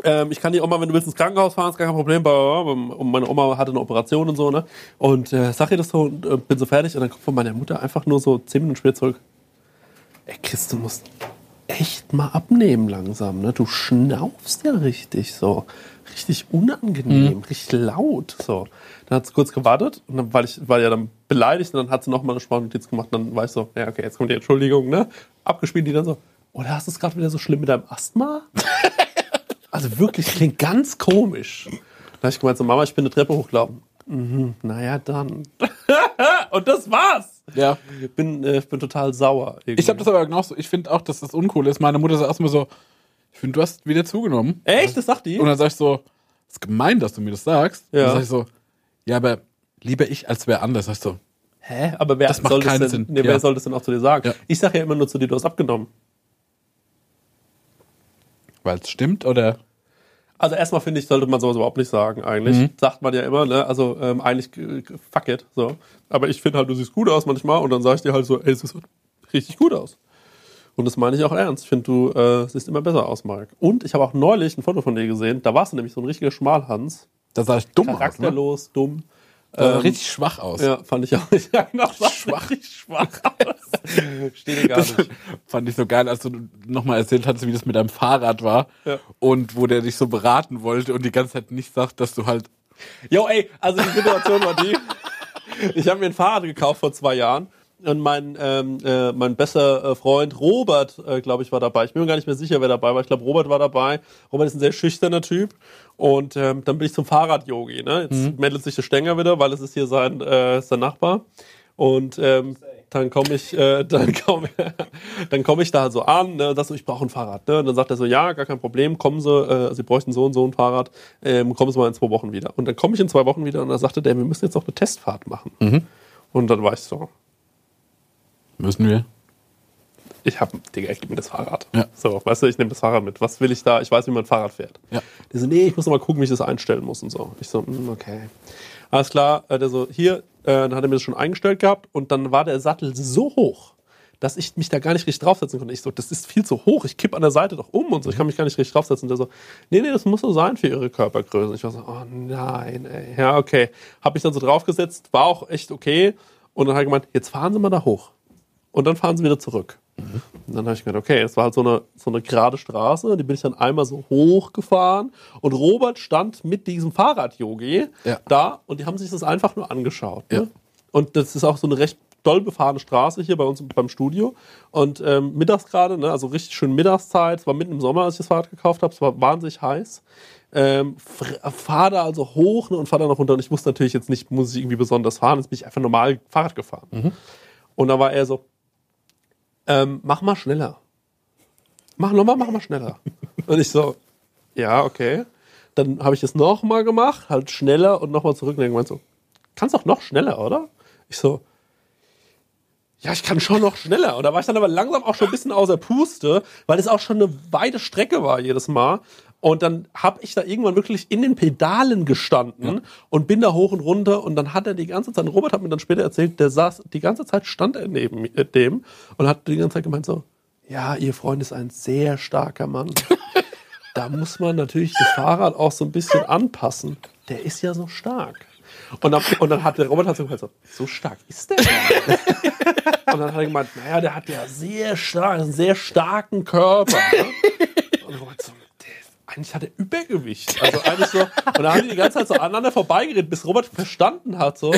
ähm, ich kann die Oma, wenn du willst, ins Krankenhaus fahren, ist gar kein Problem, bla, bla, bla. und meine Oma hatte eine Operation und so, ne, und äh, sag ihr das so und äh, bin so fertig und dann kommt von meiner Mutter einfach nur so zehn Minuten später zurück, ey, Chris, du musst echt mal abnehmen langsam, ne, du schnaufst ja richtig so, richtig unangenehm, richtig laut, so. Dann hat sie kurz gewartet und dann war ich war ja dann beleidigt und dann hat sie nochmal eine Sprachnotiz gemacht und dann war ich so, ja, okay, jetzt kommt die Entschuldigung, ne, abgespielt die dann so, oder hast du es gerade wieder so schlimm mit deinem Asthma? Also wirklich, klingt ganz komisch. Da habe ich gemeint, so Mama, ich bin eine Treppe hochgelaufen. Mhm, naja, dann. Und das war's.
Ja.
Ich bin, äh, ich bin total sauer. irgendwie.
Ich habe das aber genauso. Ich finde auch, dass das uncool ist. Meine Mutter sagt erstmal so, ich finde, du hast wieder zugenommen.
Echt? Das sagt die?
Und dann sag ich so, ist gemein, dass du mir das sagst.
Ja.
Und dann sag ich so, ja, aber lieber ich als wer anders. Sag ich so,
Hä? Aber wer,
Das macht
soll, das
keinen
denn,
Sinn.
Nee, wer
Ja.
soll das denn auch zu dir sagen?
Ja.
Ich sage ja immer nur zu dir, du hast abgenommen.
weil es stimmt oder?
Also erstmal finde ich, sollte man sowas überhaupt nicht sagen eigentlich.
Mhm.
Sagt man ja immer, ne? Also ähm, eigentlich äh, fuck it. So. Aber ich finde halt, du siehst gut aus manchmal und dann sage ich dir halt so, ey, es sieht richtig gut aus. Und das meine ich auch ernst. Ich finde, du äh, siehst immer besser aus, Marc. Und ich habe auch neulich ein Foto von dir gesehen, da warst du nämlich so ein richtiger Schmalhans.
Da sag ich dumm aus, ne?
Charakterlos, dumm. Ähm,
Sah richtig schwach aus.
Ja, fand ich auch nicht. Ja, genau,
Schwach.
schwach aus. Steht dir gar
Das fand ich so geil, als du nochmal erzählt hast, wie das mit deinem Fahrrad war
Ja.
und wo der dich so beraten wollte und die ganze Zeit nicht sagt, dass du halt
Jo, ey, also die Situation war die. Ich habe mir ein Fahrrad gekauft vor zwei Jahren. Und mein, ähm, äh, mein bester äh, Freund Robert, äh, glaube ich, war dabei. Ich bin mir gar nicht mehr sicher, wer dabei war. Ich glaube, Robert war dabei. Robert ist ein sehr schüchterner Typ. Und ähm, dann bin ich zum Fahrrad-Yogi. Ne? Jetzt meldet sich der Stenger wieder, weil es ist hier sein, äh, sein Nachbar. Und ähm, dann komme ich, äh, dann komm, dann komm ich da halt so an ne, und sag so, ich brauche ein Fahrrad. Ne? Und dann sagt er so, ja, gar kein Problem, kommen Sie, äh, Sie bräuchten so und so ein Fahrrad, ähm, kommen Sie mal in zwei Wochen wieder. Und dann komme ich in zwei Wochen wieder und dann sagte der, wir müssen jetzt noch eine Testfahrt machen. Und dann war ich so,
müssen wir.
ich hab, Digga, ich gib mir das Fahrrad.
Ja.
So, weißt du, ich nehme das Fahrrad mit. Was will ich da? Ich weiß, wie man Fahrrad fährt.
Ja.
Die so, nee, ich muss noch mal gucken, wie ich das einstellen muss und so. Ich so, mm, okay. Alles klar, äh, der so, hier, äh, dann hat er mir das schon eingestellt gehabt und dann war der Sattel so hoch, dass ich mich da gar nicht richtig draufsetzen konnte. Ich so, das ist viel zu hoch, ich kipp an der Seite doch um und so, ich kann mich gar nicht richtig draufsetzen. Der so, nee, nee, das muss so sein für ihre Körpergröße. Ich war so, oh nein, ey. Ja, okay. Hab mich dann so draufgesetzt, war auch echt okay. Und dann hat er gemeint, jetzt fahren Sie mal da hoch und dann fahren sie wieder zurück. Und dann habe ich gedacht, okay, es war halt so eine, so eine gerade Straße, die bin ich dann einmal so hochgefahren und Robert stand mit diesem Fahrrad-Yogi
Ja.
da und die haben sich das einfach nur angeschaut. Ne?
Ja.
Und das ist auch so eine recht doll befahrene Straße hier bei uns beim Studio und ähm, mittags gerade, ne, also richtig schön Mittagszeit, es war mitten im Sommer, als ich das Fahrrad gekauft habe, es war wahnsinnig heiß. Ähm, fr- fahr da also hoch ne, und fahr da noch runter und ich musste natürlich jetzt nicht, muss ich irgendwie besonders fahren, jetzt bin ich einfach normal Fahrrad gefahren. Und da war er so, ähm, mach mal schneller. Mach nochmal, mach mal schneller. Und ich so, ja, okay. Dann habe ich es nochmal gemacht, halt schneller und nochmal zurück. Und irgendwann so, kannst doch noch schneller, oder? Ich so, ja, ich kann schon noch schneller. Und da war ich dann aber langsam auch schon ein bisschen außer Puste, weil es auch schon eine weite Strecke war jedes Mal. Und dann hab ich da irgendwann wirklich in den Pedalen gestanden und bin da hoch und runter. Und dann hat er die ganze Zeit, Robert hat mir dann später erzählt, der saß, die ganze Zeit stand er neben mi- äh, dem und hat die ganze Zeit gemeint so, ja, ihr Freund ist ein sehr starker Mann. da muss man natürlich das Fahrrad auch so ein bisschen anpassen. Der ist ja so stark. Und dann, und dann hat der Robert hat so gesagt, so, so stark ist der. gar nicht. Und dann hat er gemeint, naja, der hat ja sehr stark, einen sehr starken Körper. Ne? Und Robert so, der, eigentlich hat er Übergewicht. Also eigentlich so, und da haben die die ganze Zeit so aneinander vorbeigeredet, bis Robert verstanden hat, so,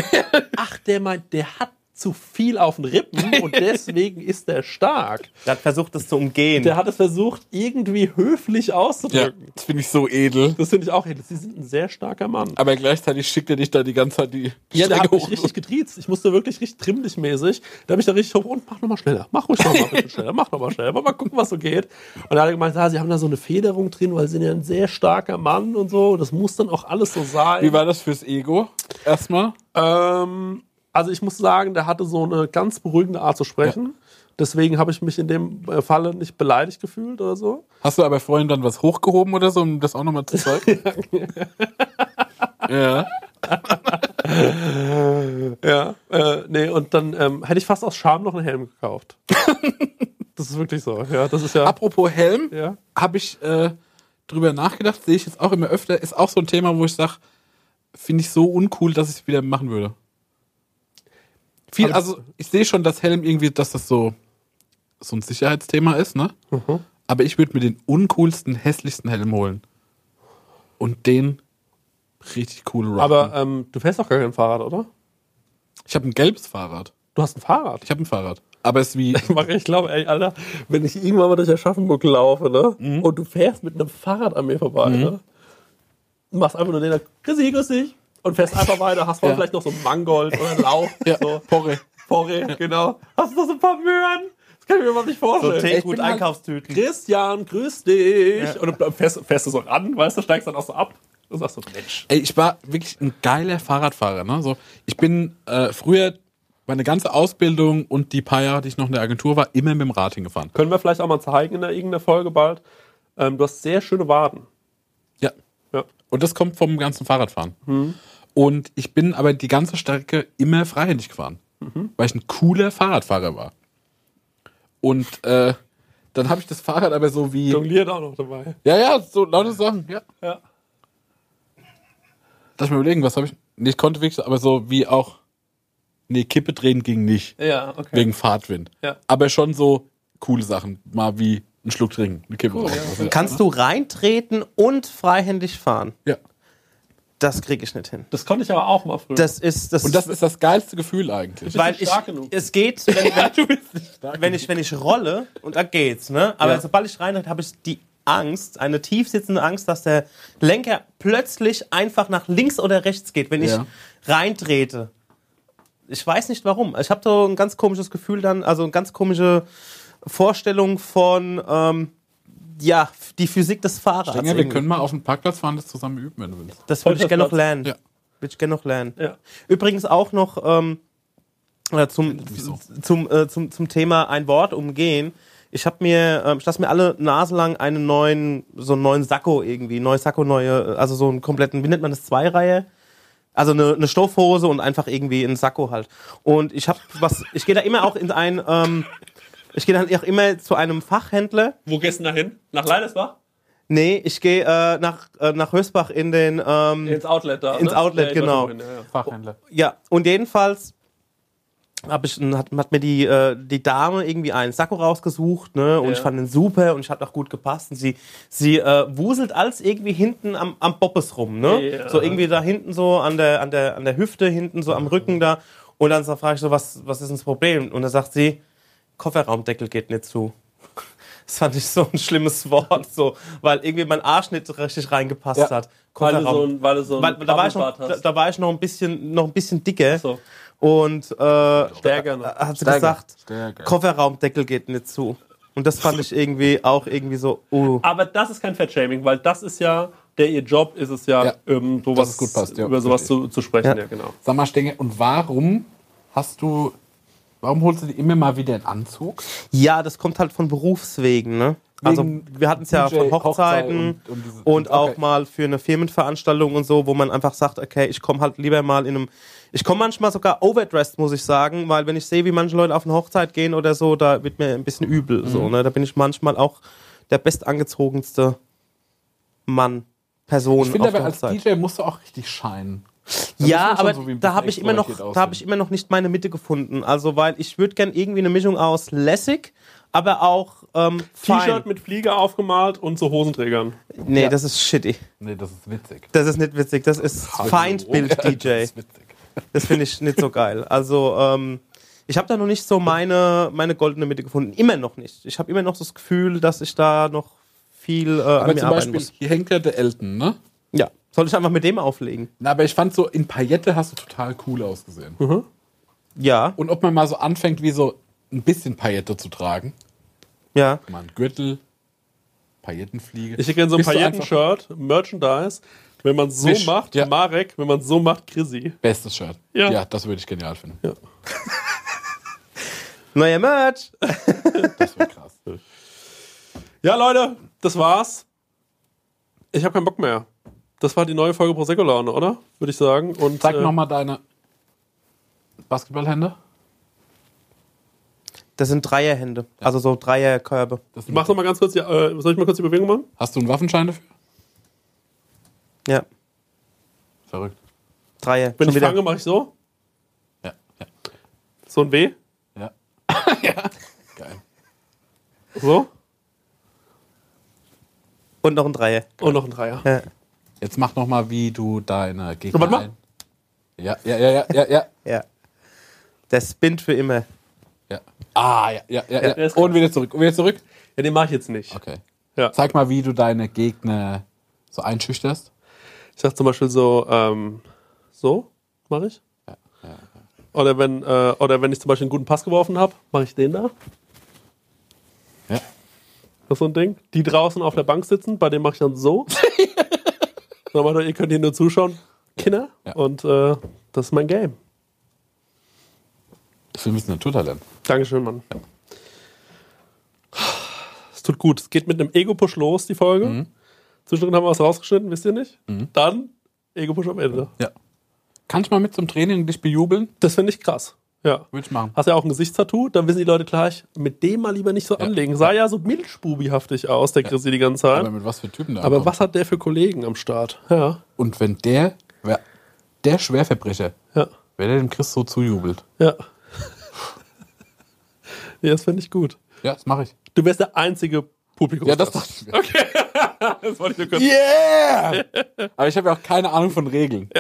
ach, der meint, der hat zu viel auf den Rippen und deswegen ist der stark.
Der hat versucht, das zu umgehen.
Der hat es versucht, irgendwie höflich auszudrücken.
das finde ich so edel.
Das finde ich auch, hey, sie sind ein sehr starker Mann.
Aber gleichzeitig schickt er dich da die ganze Zeit die
Ja, der
Strecke
hat mich
hoch.
richtig getriezt. Ich musste wirklich richtig trimmlichmäßig. Da habe ich da richtig hoch und mach nochmal schneller. Mach ruhig nochmal bitte schneller. Mach nochmal schneller. Mal gucken, was so geht. Und dann hat er gemeint, ja, sie haben da so eine Federung drin, weil sie sind ja ein sehr starker Mann und so. Das muss dann auch alles so sein.
Wie war das fürs Ego? Erstmal.
Ähm, also ich muss sagen, der hatte so eine ganz beruhigende Art zu sprechen. Deswegen habe ich mich in dem äh, Falle nicht beleidigt gefühlt oder so.
Hast du aber vorhin dann was hochgehoben oder so, um das auch nochmal zu zeigen? ja.
Ja, äh, nee, und dann ähm, hätte ich fast aus Scham noch einen Helm gekauft. das ist wirklich so. Ja, das ist ja.
Apropos Helm,
Ja.
habe ich äh, drüber nachgedacht, sehe ich jetzt auch immer öfter, ist auch so ein Thema, wo ich sage, finde ich so uncool, dass ich es wieder machen würde. Viel,
Aber-
also ich sehe schon, dass Helm irgendwie, dass das so, so ein Sicherheitsthema ist, ne? Aber ich würde mir den uncoolsten, hässlichsten Helm holen. Und den richtig cool rocken.
Aber ähm, du fährst doch gar kein Fahrrad, oder?
ich habe ein gelbes Fahrrad.
Du hast ein Fahrrad.
Ich habe ein Fahrrad. Aber es ist wie.
Mach ich glaube, ey, Alter, wenn ich irgendwann mal durch Aschaffenburg laufe, ne? Und du fährst mit einem Fahrrad an mir vorbei, ne? Machst einfach nur den, da, grüß dich, grüß dich. Und fährst einfach weiter, hast vorne
Ja.
vielleicht noch so einen Mangold oder einen Lauch,
ja,
so
Porre.
Porree, genau. Hast noch so ein paar Möhren? Das kann ich mir überhaupt nicht vorstellen.
Teegut,
bin halt-
Einkaufstüten.
Christian, grüß dich. Und du fährst, fährst du so ran, weißt du, steigst dann auch so ab. Und sagst so, Mensch.
Ey, ich war wirklich ein geiler Fahrradfahrer. Ne? So, ich bin äh, früher meine ganze Ausbildung und die paar Jahre, die ich noch in der Agentur war, immer mit dem Rad hingefahren.
Können wir vielleicht auch mal zeigen in der, irgendeiner Folge bald. Ähm, du hast sehr schöne Waden.
Ja.
Ja.
Und das kommt vom ganzen Fahrradfahren. Und ich bin aber die ganze Strecke immer freihändig gefahren, weil ich ein cooler Fahrradfahrer war. Und äh, dann habe ich das Fahrrad aber so wie.
Jongliert auch noch dabei.
Ja, ja, so lauter Sachen, ja.
Ja.
Lass mich überlegen, was habe ich. Ich konnte wirklich, aber so wie auch. Nee, Kippe drehen ging nicht.
Ja, okay.
Wegen Fahrtwind.
Ja.
Aber schon so coole Sachen. Mal wie einen Schluck trinken, eine Kippe rauchen. Also,
Kannst du reintreten und freihändig fahren?
ja.
Das kriege ich nicht hin.
Das konnte ich aber auch mal früher.
Das ist das.
Und das ist das geilste Gefühl eigentlich.
weil
nicht
ich,
stark genug.
es geht, wenn, wenn,
du bist nicht stark.
wenn ich wenn ich rolle und da geht's, ne? Aber
Ja.
sobald ich reinrede, habe ich die Angst, eine tief sitzende Angst, dass der Lenker plötzlich einfach nach links oder rechts geht, wenn
Ja.
ich reintrete. Ich weiß nicht warum. Ich habe so ein ganz komisches Gefühl dann, also eine ganz komische Vorstellung von ähm, ja die Physik des Fahrers.
Stenger, wir
irgendwie.
können mal auf den Parkplatz fahren, das zusammen üben, wenn du willst.
Das würde ich gerne noch lernen.
Ja.
Würde ich gerne noch lernen.
Ja.
Übrigens auch noch ähm, oder zum,
Wieso?
zum, äh, zum, zum Thema ein Wort umgehen. Ich habe mir, ähm, ich lasse mir alle Nase lang einen neuen, so einen neuen Sakko irgendwie, neue Sakko, neue, äh, also so einen kompletten, wie nennt man das, Zwei-Reihe? Also eine, eine Stoffhose und einfach irgendwie einen Sakko halt. Und ich habe was, ich gehe da immer auch in ein, ähm, ich gehe dann auch immer zu einem Fachhändler.
Wo gehst du denn da hin? Nach Leidersbach?
Nee, ich gehe äh, nach, äh, nach Hösbach in den, ähm,
Mhm. Ins Outlet da.
Ins Outlet,
dort
genau.
irgendwo hin, Ja, ja.
Fachhändler.
Ja, und jedenfalls hab ich, hat, hat mir die, äh, die Dame irgendwie einen Sakko rausgesucht, ne? Und
Ja.
ich fand ihn super und ich hat auch gut gepasst. Und sie, sie äh, wuselt als irgendwie hinten am, am Boppes rum, ne?
Ja.
So irgendwie da hinten so an der, an der, an der Hüfte, hinten so am Rücken da. Und dann so frage ich so, was, was ist denn das Problem? Und dann sagt sie, Kofferraumdeckel geht nicht zu. Das fand ich so ein schlimmes Wort, so, weil irgendwie mein Arsch nicht richtig reingepasst
Ja.
hat.
Weil du
Kofferraum-
so ein, weil du so ein
weil, da, war ich noch,
Kabelbart
da,
hast.
da war ich noch ein bisschen, noch ein bisschen dicker.
So.
Und äh,
Stärker
da,
noch.
hat sie
Stärker.
gesagt,
Stärker.
Kofferraumdeckel geht nicht zu. Und das fand ich irgendwie auch irgendwie so, oh.
Aber das ist kein Fatshaming, weil das ist ja, der ihr Job ist es ja,
Ja,
ähm, sowas,
es gut passt, ja,
über sowas zu, zu sprechen. Ja.
Ja.
genau.
Sag mal, Stenger, und warum hast du, warum holst du dir immer mal wieder einen Anzug?
Ja, das kommt halt von Berufswegen, ne? Also
Wegen
wir hatten es ja
DJ,
von
Hochzeit
Hochzeiten
und- und diese-
und, auch
okay.
mal für eine Firmenveranstaltung und so, wo man einfach sagt, okay, ich komme halt lieber mal in einem, ich komme manchmal sogar overdressed, muss ich sagen, weil wenn ich sehe, wie manche Leute auf eine Hochzeit gehen oder so, da wird mir ein bisschen übel, so,
Mhm.
ne? Da bin ich manchmal auch der bestangezogenste Mann, Person
Ich finde
auf der
aber, als
Hochzeit.
DJ musst du auch richtig scheinen.
Ja,
muss man
aber
schon so wie ein
da
bisschen
habe ich immer noch,
extrovertiert
da habe ich immer noch nicht meine Mitte gefunden. Also, weil ich würde gern irgendwie eine Mischung aus lässig, aber auch ähm, fein.
T-Shirt mit Flieger aufgemalt und so Hosenträgern.
Nee, das ist shitty.
Nee, das ist witzig.
Das ist nicht witzig. Das ist Feindbild-DJ.
Das ist witzig.
Das finde ich nicht so geil. Also, ähm, ich habe da noch nicht so meine, meine goldene Mitte gefunden. Immer noch nicht. Ich habe immer noch so das Gefühl, dass ich da noch viel äh, an
Aber
mir
zum
arbeiten
Beispiel,
muss.
hier hängt ja der Elton, ne?
Ja. Soll ich einfach mit dem auflegen?
Na, aber ich fand so, in Paillette hast du total cool ausgesehen.
Mhm.
Ja,
Und ob man mal so anfängt, wie so ein bisschen Paillette zu tragen,
ja.
mal einen Gürtel, Paillettenfliege.
Ich hätte gerne so ein
Bist du einfach-
Pailletten-Shirt, Merchandise. Wenn man so
Fisch,
macht,
ja.
Marek, wenn man so macht, Chrissy.
Bestes Shirt.
Ja.
das würde ich genial finden.
Neuer Merch.
Das wäre krass.
Ja, Leute, das war's. Ich habe keinen Bock mehr. Das war die neue Folge Prosecco Laune, oder? Würde ich sagen. Und,
Zeig
äh,
nochmal deine Basketballhände.
Das sind Dreierhände. Also so Dreierkörbe.
Das sind-
Mach doch mal ganz kurz, die, äh, soll ich mal kurz die Bewegung machen?
Hast du einen Waffenschein dafür?
Ja.
Verrückt.
Dreier.
Wenn
Schon
ich
wieder.
fange, mache ich so.
Ja. Ja.
So ein W.
ja. Geil.
So.
Und noch ein Dreier.
Und Oh, noch ein Dreier.
Ja.
Jetzt mach nochmal, wie du deine Gegner.
Warte mal.
ein- Ja, ja, ja, ja, ja, ja.
ja. Der spinnt für immer.
ja. Ah, ja, ja, ja. ja.
der ist
Und wieder zurück. Und wieder zurück.
Ja, den mache ich jetzt nicht.
Okay.
Ja.
Zeig mal, wie du deine Gegner so einschüchterst.
Ich sag zum Beispiel so, ähm, so mache ich. Oder wenn, äh, oder wenn ich zum Beispiel einen guten Pass geworfen habe, mache ich den da.
Ja.
Das ist so ein Ding. Die draußen auf der Bank sitzen, bei dem mache ich dann so. dann macht er, ihr könnt hier nur zuschauen. Kinder.
Ja.
Und äh, das ist mein Game.
Ich will ein bisschen Naturtalent.
Dankeschön, Mann. Es tut gut. Es geht mit einem Ego-Push los, die Folge. Zwischendrin haben wir was rausgeschnitten, wisst ihr nicht? Dann Ego-Push am Ende.
Ja. Kann ich mal mit zum Training und dich bejubeln?
Das finde ich krass. Ja.
Würde ich machen.
Hast ja auch ein Gesichtstattoo, dann wissen die Leute gleich, mit dem mal lieber nicht so anlegen. Sah ja so milchbubihaftig aus, der Chrissy die ganze Zeit.
Aber
Aber,
mit was für Typen da
was hat der für Kollegen am Start? Ja.
Und wenn der, wer, der Schwerverbrecher,
Ja.
wer der dem Chris so zujubelt.
Ja. nee, das finde ich gut.
Ja, das mache ich.
Du wärst der einzige Publikum.
Ja, das dachte ich mir.
das wollte ich nur kurz.
Yeah! Aber ich habe ja auch keine Ahnung von Regeln.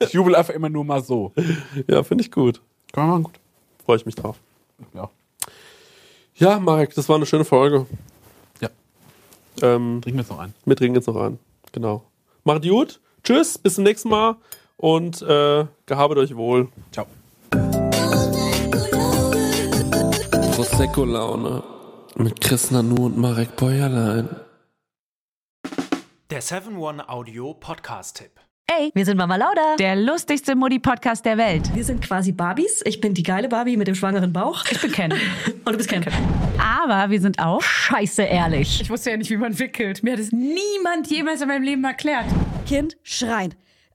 Ich jubel einfach immer nur mal so. Können
Ja, finde ich gut.
wir machen, gut.
Freue ich mich drauf.
Ja.
Ja, Marc, das war eine schöne Folge.
Ja.
Ähm,
Trinken wir jetzt noch ein.
wir trinken jetzt noch ein. Genau. Macht gut. Tschüss, bis zum nächsten Mal und äh, gehabet euch wohl.
Ciao.
Prosecco Laune mit Chris Nanu und Marek Bäuerlein.
Der 7-One-Audio-Podcast-Tipp.
Ey, wir sind Mama Lauda, der lustigste Mutti-Podcast der Welt.
Wir sind quasi Barbies. Ich bin die geile Barbie mit dem schwangeren Bauch.
Ich bin Ken.
Und du bist Ken.
Aber wir sind auch scheiße ehrlich.
Ich wusste ja nicht, wie man wickelt. Mir hat es niemand jemals in meinem Leben erklärt.
Kind schreien.